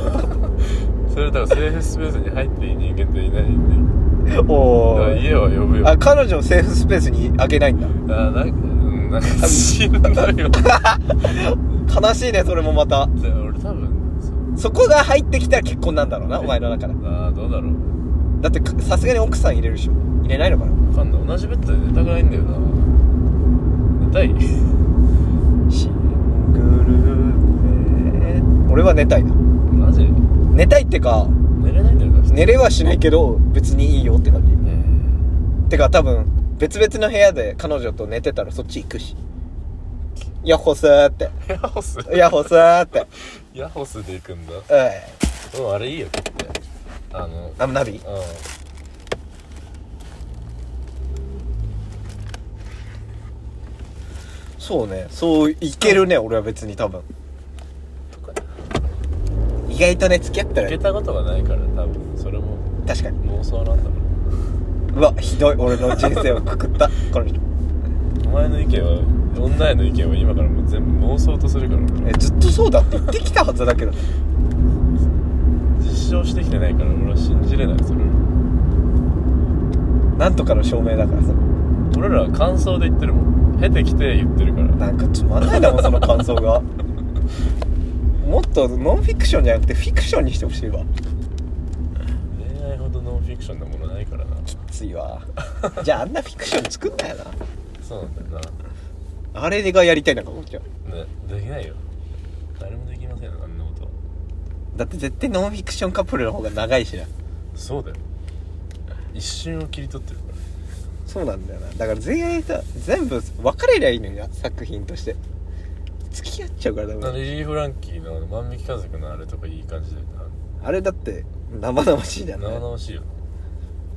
S1: それだからセーフスペースに入っていい人間っていないんで
S3: こと
S1: だ
S3: お
S1: から
S3: ー
S1: 家は呼ぶよ
S3: あ彼女をセーフスペースにあげないんだ
S1: あーなんかうんなんかしんどいよ
S3: 悲しいねそれもまた
S1: で俺多分そう
S3: そこが入ってきたら結婚なんだ (laughs) ろうなお前の中で
S1: ああどうだろう
S3: だってかさすがに奥さん入れるでしょ入れないのかな
S1: 分かんない同じベッドで寝たくないんだよな寝たい (laughs)
S3: シングルベッド俺は寝たいな
S1: マジ
S3: 寝たいってか
S1: 寝れないんだよな普通
S3: 寝れはしないけど別にいいよって感じ
S1: うん
S3: てか多分別々の部屋で彼女と寝てたらそっち行くしヤッホスーって
S1: ヤホス
S3: ヤッホスーって
S1: ヤホスで行くんだ
S3: おい
S1: うんあれいいよ結構あの
S3: あナビそうねそういけるね俺は別に多分意外とね付き合った
S1: うん
S3: ら
S1: 受けたことがないから多分それも
S3: 確かに
S1: 妄想なんだろ
S3: うわひどい俺の人生をくく (laughs) ったこの人
S1: うお前の意見は女への意見は今からもう全部妄想とするから俺
S3: えずっとそうだって言ってきたはずだけど
S1: 実証してきてないから俺は信じれないそれ
S3: なんとかの証明だからさ
S1: 俺らは感想で言ってるもん経てきて言ってるから
S3: なんかつまんないなもんその感想がもっとノンフィクションじゃなくてフィクションにしてほしいわ
S1: 恋愛ほどノンフィクションなものないからな
S3: ついわじゃああんなフィクション作んなよな
S1: そうなんだよ
S3: あれがやりたいのかこっちは
S1: な、ね、できないよ誰もできませんよあんなこと
S3: だって絶対ノンフィクションカップルの方が長いしな
S1: そうだよ一瞬を切り取ってるから
S3: そうなんだよなだから全員さ全部別れりゃいいのにな作品として付き合っちゃうからだ
S1: あの
S3: も
S1: リリー・フランキーの「万引き家族」のあれとかいい感じで
S3: あれだって生々しいじゃん、ね、
S1: 生々しいよ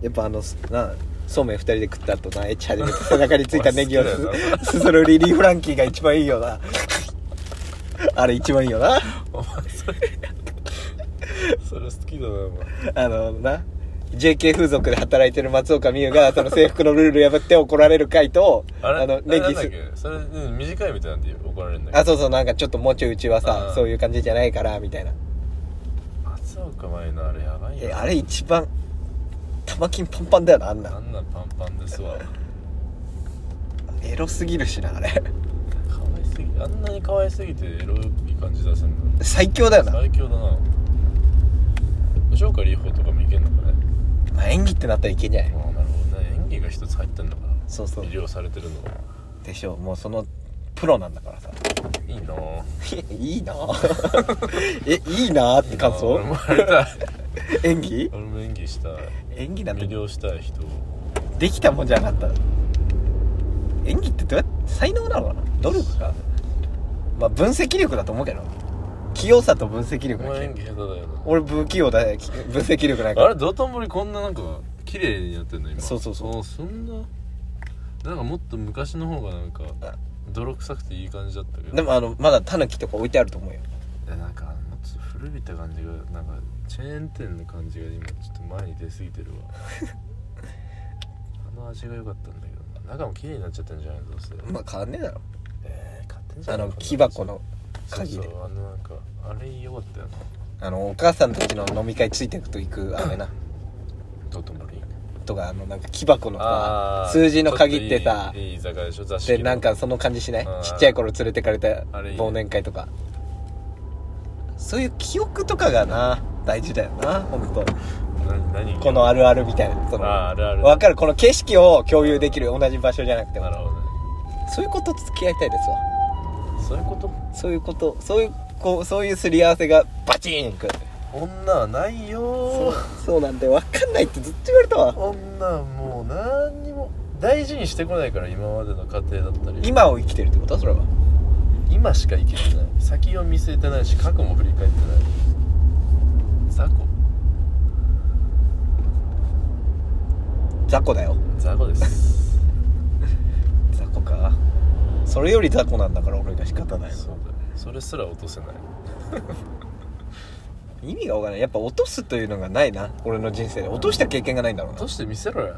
S3: やっぱあのなそうめん2人で食った後なエッチ始めて背中についたネギをす (laughs)
S1: 俺好きだよな
S3: すするリリー・フランキーが一番いいよな (laughs) あれ一番いいよな
S1: お前それそれ好きだなお前
S3: あのな JK 風俗で働いてる松岡美優がその制服のルール破って怒られる回と
S1: あれ
S3: のネ
S1: あれ
S3: ギ
S1: なんだ
S3: す
S1: っけそれ、うん短いみたいなんで怒られるんだけど
S3: あそうそうなんかちょっともうちょいうちは
S1: う
S3: さ
S1: ん
S3: そういう感じじゃないからみたいな
S1: 松岡前のあれやばいよ
S3: えあれ一番玉金パンパンだよなあん
S1: あ
S3: なん
S1: なんパンパンですわ
S3: エロすぎるしなあれ
S1: 可愛すぎあんなに可愛すぎてエロい感じ出せんの
S3: 最強だよな、
S1: 最強だな吉岡里帆とかもいけんのかね
S3: まあ、演技ってなったらいけんじゃない
S1: ああなるほどね演技が一つ入ってんのかな
S3: そうそう
S1: 魅了されてるのが
S3: でしょもうそのプロなんだからさ (laughs)
S1: いいなぁ
S3: いいな (laughs) あえいいなあって感想
S1: 俺もやりたい
S3: 演技
S1: 俺も演技したい
S3: 演技なん
S1: 魅
S3: て
S1: 了したい人を
S3: できたもんじゃなかった演技ってどうやって才能なのかな努力かまあ分析力だと思うけど器用さと分析
S1: お
S3: 力だ
S1: 前
S3: け
S1: 演技下手だよ
S3: 俺不器用だねき分析力ないか
S1: なあ
S3: ら
S1: れ道頓堀こんななんか綺麗にやってんの今
S3: そうそうそう
S1: あそんななんかもっと昔の方がなんか泥臭くていい感じだったけど
S3: でもあのまだタヌキとか置いてあると思うよ
S1: いやなんかもっと古びた感じがなんかチェーン店の感じが今ちょっと前に出過ぎてる
S3: (laughs)
S1: わあの味が良かったんだけどな中も綺麗になっちゃったんじゃないのどうせ
S3: まあ変わんねえだろ
S1: えー、買ってんじゃ
S3: あ
S1: ない
S3: の木箱の鍵
S1: そ
S3: で
S1: うそうあのなんかあれ良かったよな
S3: あのお母さんたちの飲み会ついてくと行くあれな
S1: 道頓堀
S3: とかあのなんか木箱の
S1: あ
S3: さ
S1: ー
S3: 数字の鍵って
S1: ちょ
S3: さ
S1: といいいい居酒屋でしょ雑誌
S3: でなんかその感じしない
S1: あー
S3: ちっちゃい頃連れてかれた
S1: あれいいね
S3: 忘年会とかそういう記憶とかがな大事だよな本
S1: 何何
S3: 当このあるあるみたいなその
S1: あーあるある
S3: わかるこの景色を共有できる同じ場所じゃなくて
S1: なる
S3: も
S1: ほどね
S3: そういうことと付き合いたいですわ
S1: そういうこと
S3: そういうことそういうこうそういうすり合わせがバチーンくる
S1: 女はない
S3: そ
S1: よ
S3: う
S1: ー
S3: そうなんだよ分かんないってずっと言われたわ
S1: 女はもう何にも大事にしてこないから今までの家庭だったり
S3: 今を生きてるってことそれは
S1: 今しか生きてない先を見据えてないし過去も振り返ってない雑魚
S3: 雑魚だよ
S1: 雑魚です
S3: 雑魚かそれより雑魚なんだから俺が仕方ない
S1: そうだねそれすら落とせない
S3: 意味がわからないやっぱ落とすというのがないな俺の人生で落とした経験がないんだろう
S1: 落
S3: な
S1: としてみせろよ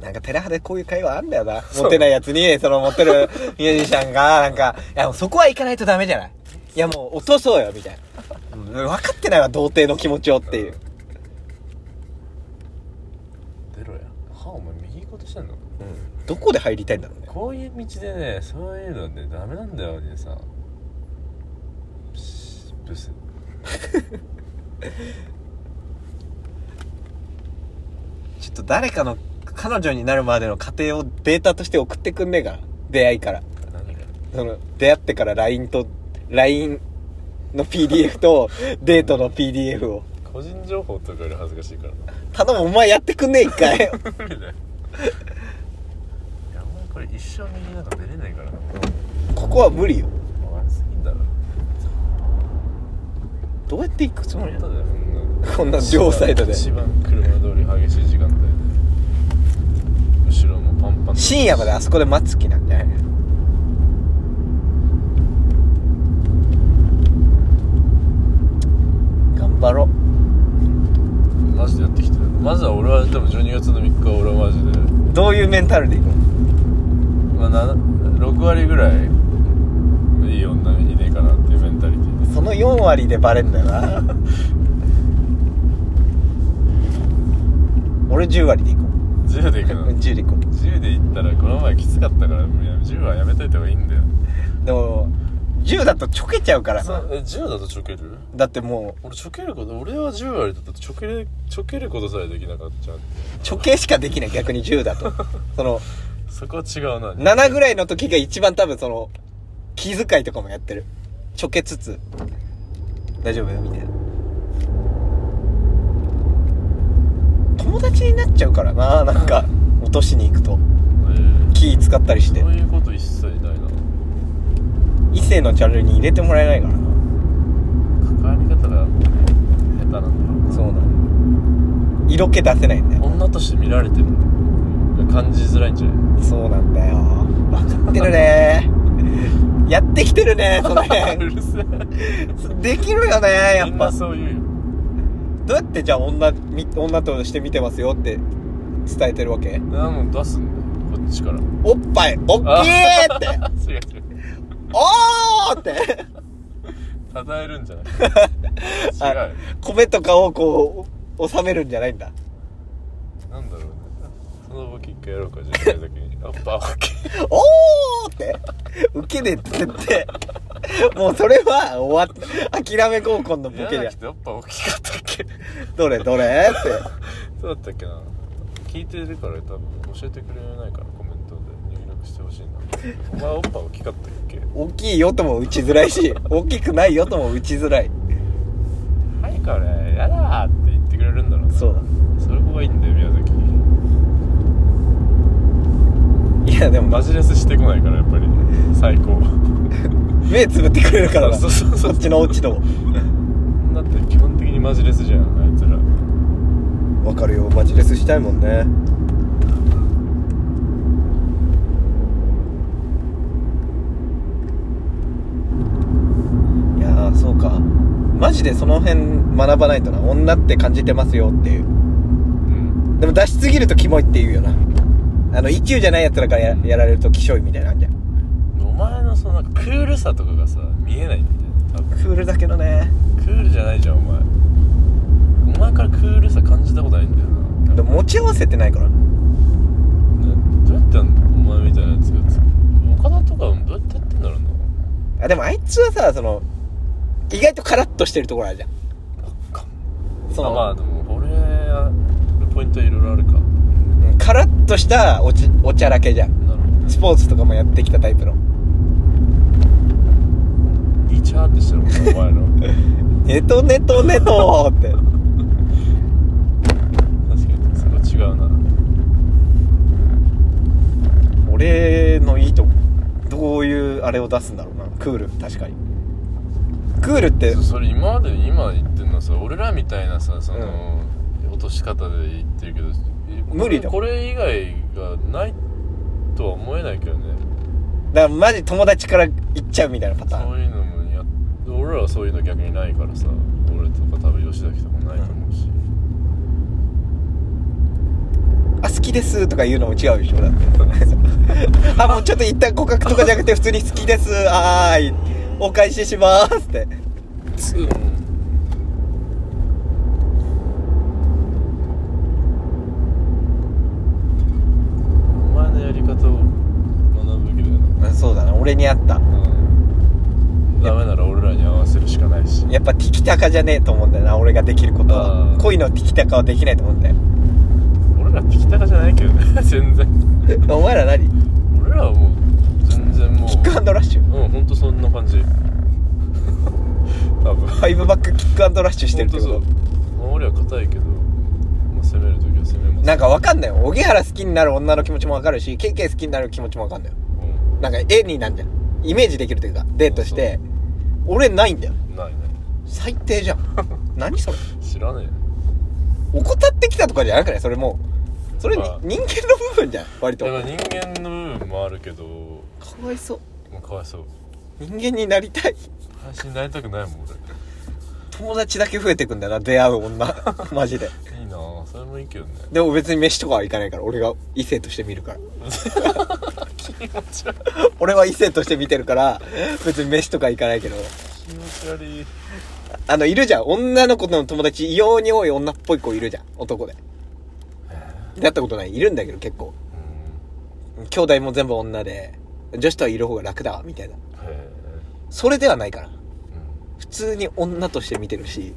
S3: なんか寺派でこういう会話あんだよな
S1: そう
S3: 持ってないやつにその持ってる (laughs) ミュージシャンがなんかいやもうそこは行かないとダメじゃないいやもう落とそうよみたいなうん分かってないわ童貞の気持ちをっていう
S1: 出ろやはあお前右行こうとしてんの
S3: どこで入りたいんだろうね
S1: こういう道でねそういうのねダメなんだよねさしブス
S3: ちょっと誰かの彼女になるまでの過程をデータとして送ってくんねえかな出会いから
S1: 何が
S3: その出会ってから LINE と LINE の PDF とデートの PDF を
S1: 個人情報とかより恥ずかしいから
S3: (laughs)
S1: な
S3: 頼むお前やってくんねえ一回
S1: 無理だよいやお前これ一生右なんか出れないからな
S3: (laughs) ここは無理よ
S1: 悪すぎんだろ
S3: どうやって行くつも
S1: 本
S3: りなの
S1: 当だよこんな
S3: こんな両サイドで
S1: 一番車通り激しい時間帯で後ろもパンパンだし
S3: 深夜まであそこで待つ気なんじゃない頑張ろ
S1: マジでやってきてるまずは俺はでも12月の3日は俺はマジで、
S3: うどういうメンタルで行くの
S1: まあ、な6割ぐらいいい女いねえかなっていうメンタリティです
S3: その4割でバレんだよ (laughs) な俺10割で行こ
S1: 10で行く
S3: う
S1: の
S3: 10で行こう
S1: 10で行ったらこの前きつかったからもうや10はやめといた方がいいんだよ
S3: でも10だとちょけちゃうから
S1: そ
S3: な
S1: うえ10だとちょける
S3: だっても
S1: 俺ちょけること俺は10割だったらちょけれちょけることさえできなかったじゃん
S3: うちょけしかできない逆に10だとその
S1: そこは違うな
S3: 7ぐらいの時が一番多分その気遣いとかもやってるちょけつつ大丈夫みたいな友達になっちゃうからななんか落としに行くと
S1: え
S3: 気使ったり
S1: え
S3: して
S1: そういうこと一切ないな
S3: 異性のチャンネルに入れてもらえないからな
S1: 関わり方が下手なんだ
S3: そ
S1: よ
S3: うなの色気出せないんだよ
S1: 女として見られてる感じづらいんじゃない
S3: そうなんだよ分かってるねやってきてるねそ
S1: (laughs)
S3: の
S1: う
S3: (laughs) 辺
S1: るせえ
S3: できるよねやっ
S1: みん
S3: ぱ
S1: なそう言うよ
S3: どうやってじゃあ女み女として見てますよって伝えてるわけ
S1: なも出すんだよこっち
S3: (laughs)
S1: から
S3: おっぱいおっきい (laughs) って
S1: あ違う違う
S3: おーって
S1: 称えるんじゃない
S3: あ
S1: 違う
S3: 米とかをこう収めるんじゃないんだ
S1: なんだろうねそのボケ一回やろうかじゃあ時にやっぱボケ
S3: おーってウケねえって言ってもうそれは終わった諦め合コンのボ
S1: や
S3: ケじ
S1: らな
S3: ゃ
S1: んくてやっぱ大きかったっけ
S3: どれどれって
S1: そうだったっけな聞いてるから多分教えてくれないからコメントで入力してほしいなお前おっぱ大きかったっけ
S3: 大きいよとも打ちづらいし大きくないよとも打ちづらい
S1: はいこれやだーって言ってくれるんだろうな
S3: そう
S1: それこがいいんだよ宮崎
S3: いやでも
S1: マジレスしてこないからやっぱり最高
S3: 目つぶってくれるからな
S1: そうそうそうそ
S3: そうっちの落ち度を
S1: だって基本的にマジレスじゃんあいつら
S3: わかるよマジレスしたいもんねいやーそうかマジでその辺学ばないとな女って感じてますよっていう
S1: うん
S3: でも出しすぎるとキモいって言うよなあの一級じゃないやつらからややられるときしょいみたいなんじゃん
S1: お前のそのなんかクールさとかがさ見えないんだよね多分
S3: クールだけどね
S1: クールじゃないじゃんお前お前からクールさ感じたことないんだよな
S3: でも持ち合わせてないから
S1: ねどうやってやんのお前みたいなやつがつ岡田とかどうやってやってんだろうな
S3: あでもあいつはさその意外とカラッとしてるところあるじゃん
S1: か
S3: その
S1: あまあでも俺のポイントはいろいろあるかな
S3: うんカラッとしたおちおちゃらけじゃん
S1: るほどね
S3: スポーツとかもやってきたタイプの
S1: リチャーってしてるもんなお前の
S3: (laughs) ネトネトネトって
S1: 確かにそこ違うな
S3: 俺のいいとこどういうあれを出すんだろうなクール確かにクールって
S1: そそれ今まで今言ってんのさ俺らみたいなさその、落とし方で言ってるけどえ
S3: 無理だ
S1: これ以外がないとは思えないけどね
S3: だからマジ友達から言っちゃうみたいなパター
S1: そ
S3: ン
S1: ういうのもや俺らはそういうの逆にないからさ俺とか多分吉崎とかないと思うし、
S3: あ好きですとか言うのも (laughs) 違うでしょだってあもうちょっと一旦告白とかじゃなくて普通に好きですあーいお返ししますって
S1: つうんお前のやり方を学ぶべきだよな
S3: うんそうだな俺にあった
S1: うんダメなら俺らに合わせるしかないし
S3: やっぱティキタカじゃねえと思うんだよな俺ができること
S1: あ
S3: は
S1: ー
S3: 恋のティキタカはできないと思うんだよ
S1: 俺ら聞きたかじゃないけどね (laughs) 全然
S3: お前ら何
S1: 俺らはもう全然もう
S3: キックラッシ
S1: う
S3: ュ
S1: んほんとそんな感じ多分
S3: ファイブバックキックアンドラッシュしてるってこ
S1: ほ
S3: と
S1: んそう守りは硬いけど、まあ、攻める時は攻めます
S3: なんかわかんないよ荻原好きになる女の気持ちもわかるし KK 好きになる気持ちもわかんないよ
S1: う
S3: なんか絵になんじゃんイメージできるというかデートして俺ないんだよ
S1: んないない
S3: 最低じ
S1: (laughs)
S3: ゃん何それ
S1: 知らね
S3: 怠ってきたとかじゃなくないそれもうそれに
S1: まあ
S3: 人間の部分じゃん割
S1: え
S3: と
S1: いやまあ人間の部分もあるけども
S3: かわいそう
S1: うかわいそう
S3: 人間になりたい
S1: 配信になりたくないもん
S3: 友達だけ増えてくんだよな出会う
S1: (laughs)
S3: 女マジで
S1: 俺いいなぁそれもいいけどね
S3: でも別に飯とかは行かないから俺が異性として見るから
S1: 気持ち悪い
S3: 俺は異性として見てるから別に飯とか行かないけど
S1: 気持ち悪い
S3: あのいるじゃん女の子の友達異様に多い女っぽい子いるじゃん男で出会ったことないいるんだけど結構
S1: うん
S3: 兄弟も全部女で女子とはいる方が楽だわみたいな
S1: へえ
S3: それではないから
S1: うん
S3: 普通に女として見てるし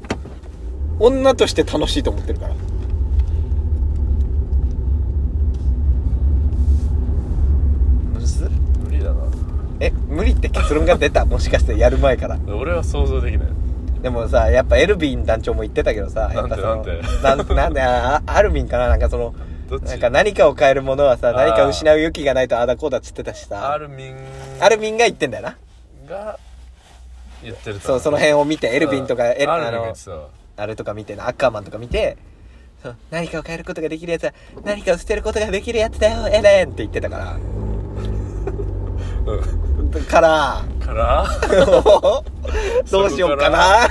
S3: 女として楽しいと思ってるから
S1: 無理だな
S3: え無理って結論が出 (laughs) たもしかしてやる前から
S1: 俺は想像できない
S3: でもさやっぱエルビン団長も言ってたけどさやっぱその
S1: なんて
S3: なんなんであアルミンかななんかその
S1: どっち
S3: なんか何かを変えるものはさ
S1: あー
S3: 何か失う勇気がないとああだこうだっつってたしさ
S1: アルミン
S3: アルミンが言ってんだよな
S1: が言ってると
S3: そうその辺を見てエルビンとかエル
S1: あアルミ
S3: あ
S1: ンが言
S3: の
S1: ってたわ
S3: あれとか見てなアッカーマンとか見てそう何かを変えることができるやつは何かを捨てることができるやつだよエレンって言ってたから
S1: う
S3: (laughs) から
S1: んから
S3: どうしようか (laughs) な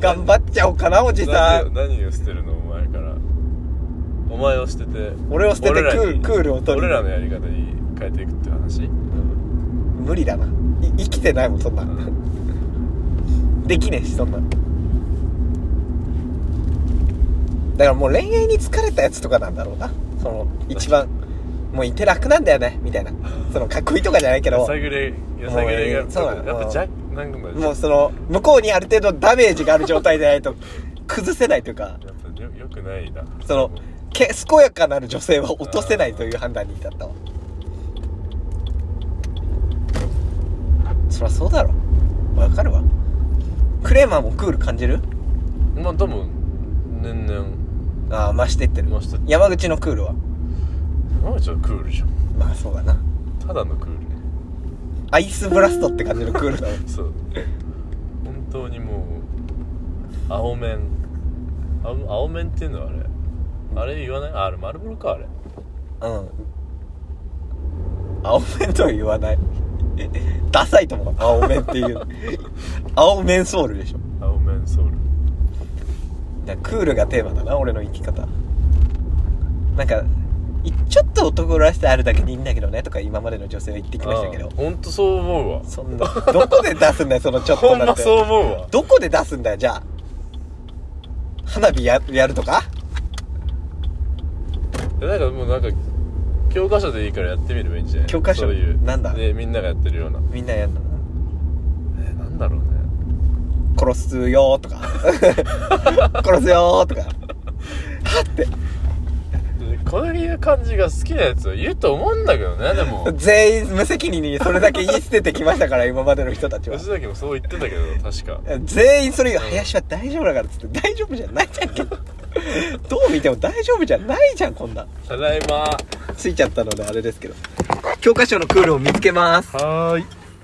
S3: 頑張っちゃおうかなおじ
S1: 何
S3: さ
S1: を
S3: ん
S1: 何を捨てるのお前からお前を捨てて
S3: 俺を捨てて
S1: 俺らに
S3: クークールを取り
S1: 俺らのやり方に変えていくって話
S3: 無理だない生きてないもんそんなできねえしそんなだからもう恋愛に疲れたやつとかなんだろうなその一番もういて楽なんだよねみたいなそのかっこいいとかじゃ (laughs) ないけど (laughs)
S1: やさぐれやさぐれ
S3: も
S1: が
S3: うそうなの
S1: やっぱジャッなんかも
S3: もうその向こうにある程度ダメージがある状態でないと崩せないというか
S1: やっぱよよくないな
S3: そのけ健やかなる女性は落とせないという判断に至ったわそりゃそうだろわかるわクレーマーもクール感じる
S1: まあでも年々
S3: ああ増してってる
S1: 増してって
S3: 山口のクールは
S1: まあちょっとクールじゃん
S3: まあそうだな
S1: ただのクールね
S3: アイスブラストって感じのクールだわ
S1: そう本当にもう青面あ青面っていうのはあれあれ言わないああれ丸ボロかあれ
S3: うん青面とは言わない (laughs) ダサいと思う青面って (laughs) いう青面ソウルでしょ
S1: 青面ソウル
S3: だからクールがテーマだな俺の生き方なんかいちょっと男らしさあるだけでいいんだけどねとか今までの女性は言ってきましたけど
S1: 本当そう思うわ
S3: そんなどこで出すんだよそのちょっ
S1: ほ
S3: と
S1: ん
S3: なん
S1: ま
S3: て
S1: そう思うわ
S3: どこで出すんだよじゃあ花火ややるとか
S1: えなんかもうなんか教科書でいいからやってみればいいんじゃない
S3: 教科書
S1: そういう
S3: なんだ
S1: でみんながやってるような
S3: みんなやるの
S1: えなんだろうね
S3: 殺すよーとか (laughs) 殺すよーとかはって
S1: でこういう感じが好きなやつはいると思うんだけどねでも
S3: (laughs) 全員無責任にそれだけ言い捨ててきましたから今までの人た
S1: (laughs)
S3: ちは
S1: 吉崎もそう言ってたけど確か
S3: 全員それ言う林は大丈夫だからっつって大丈夫じゃないじゃんけどう見ても大丈夫じゃないじゃんこんな
S1: ただいま
S3: ついちゃったのであれですけど教科書のクールを見つけます
S1: はーい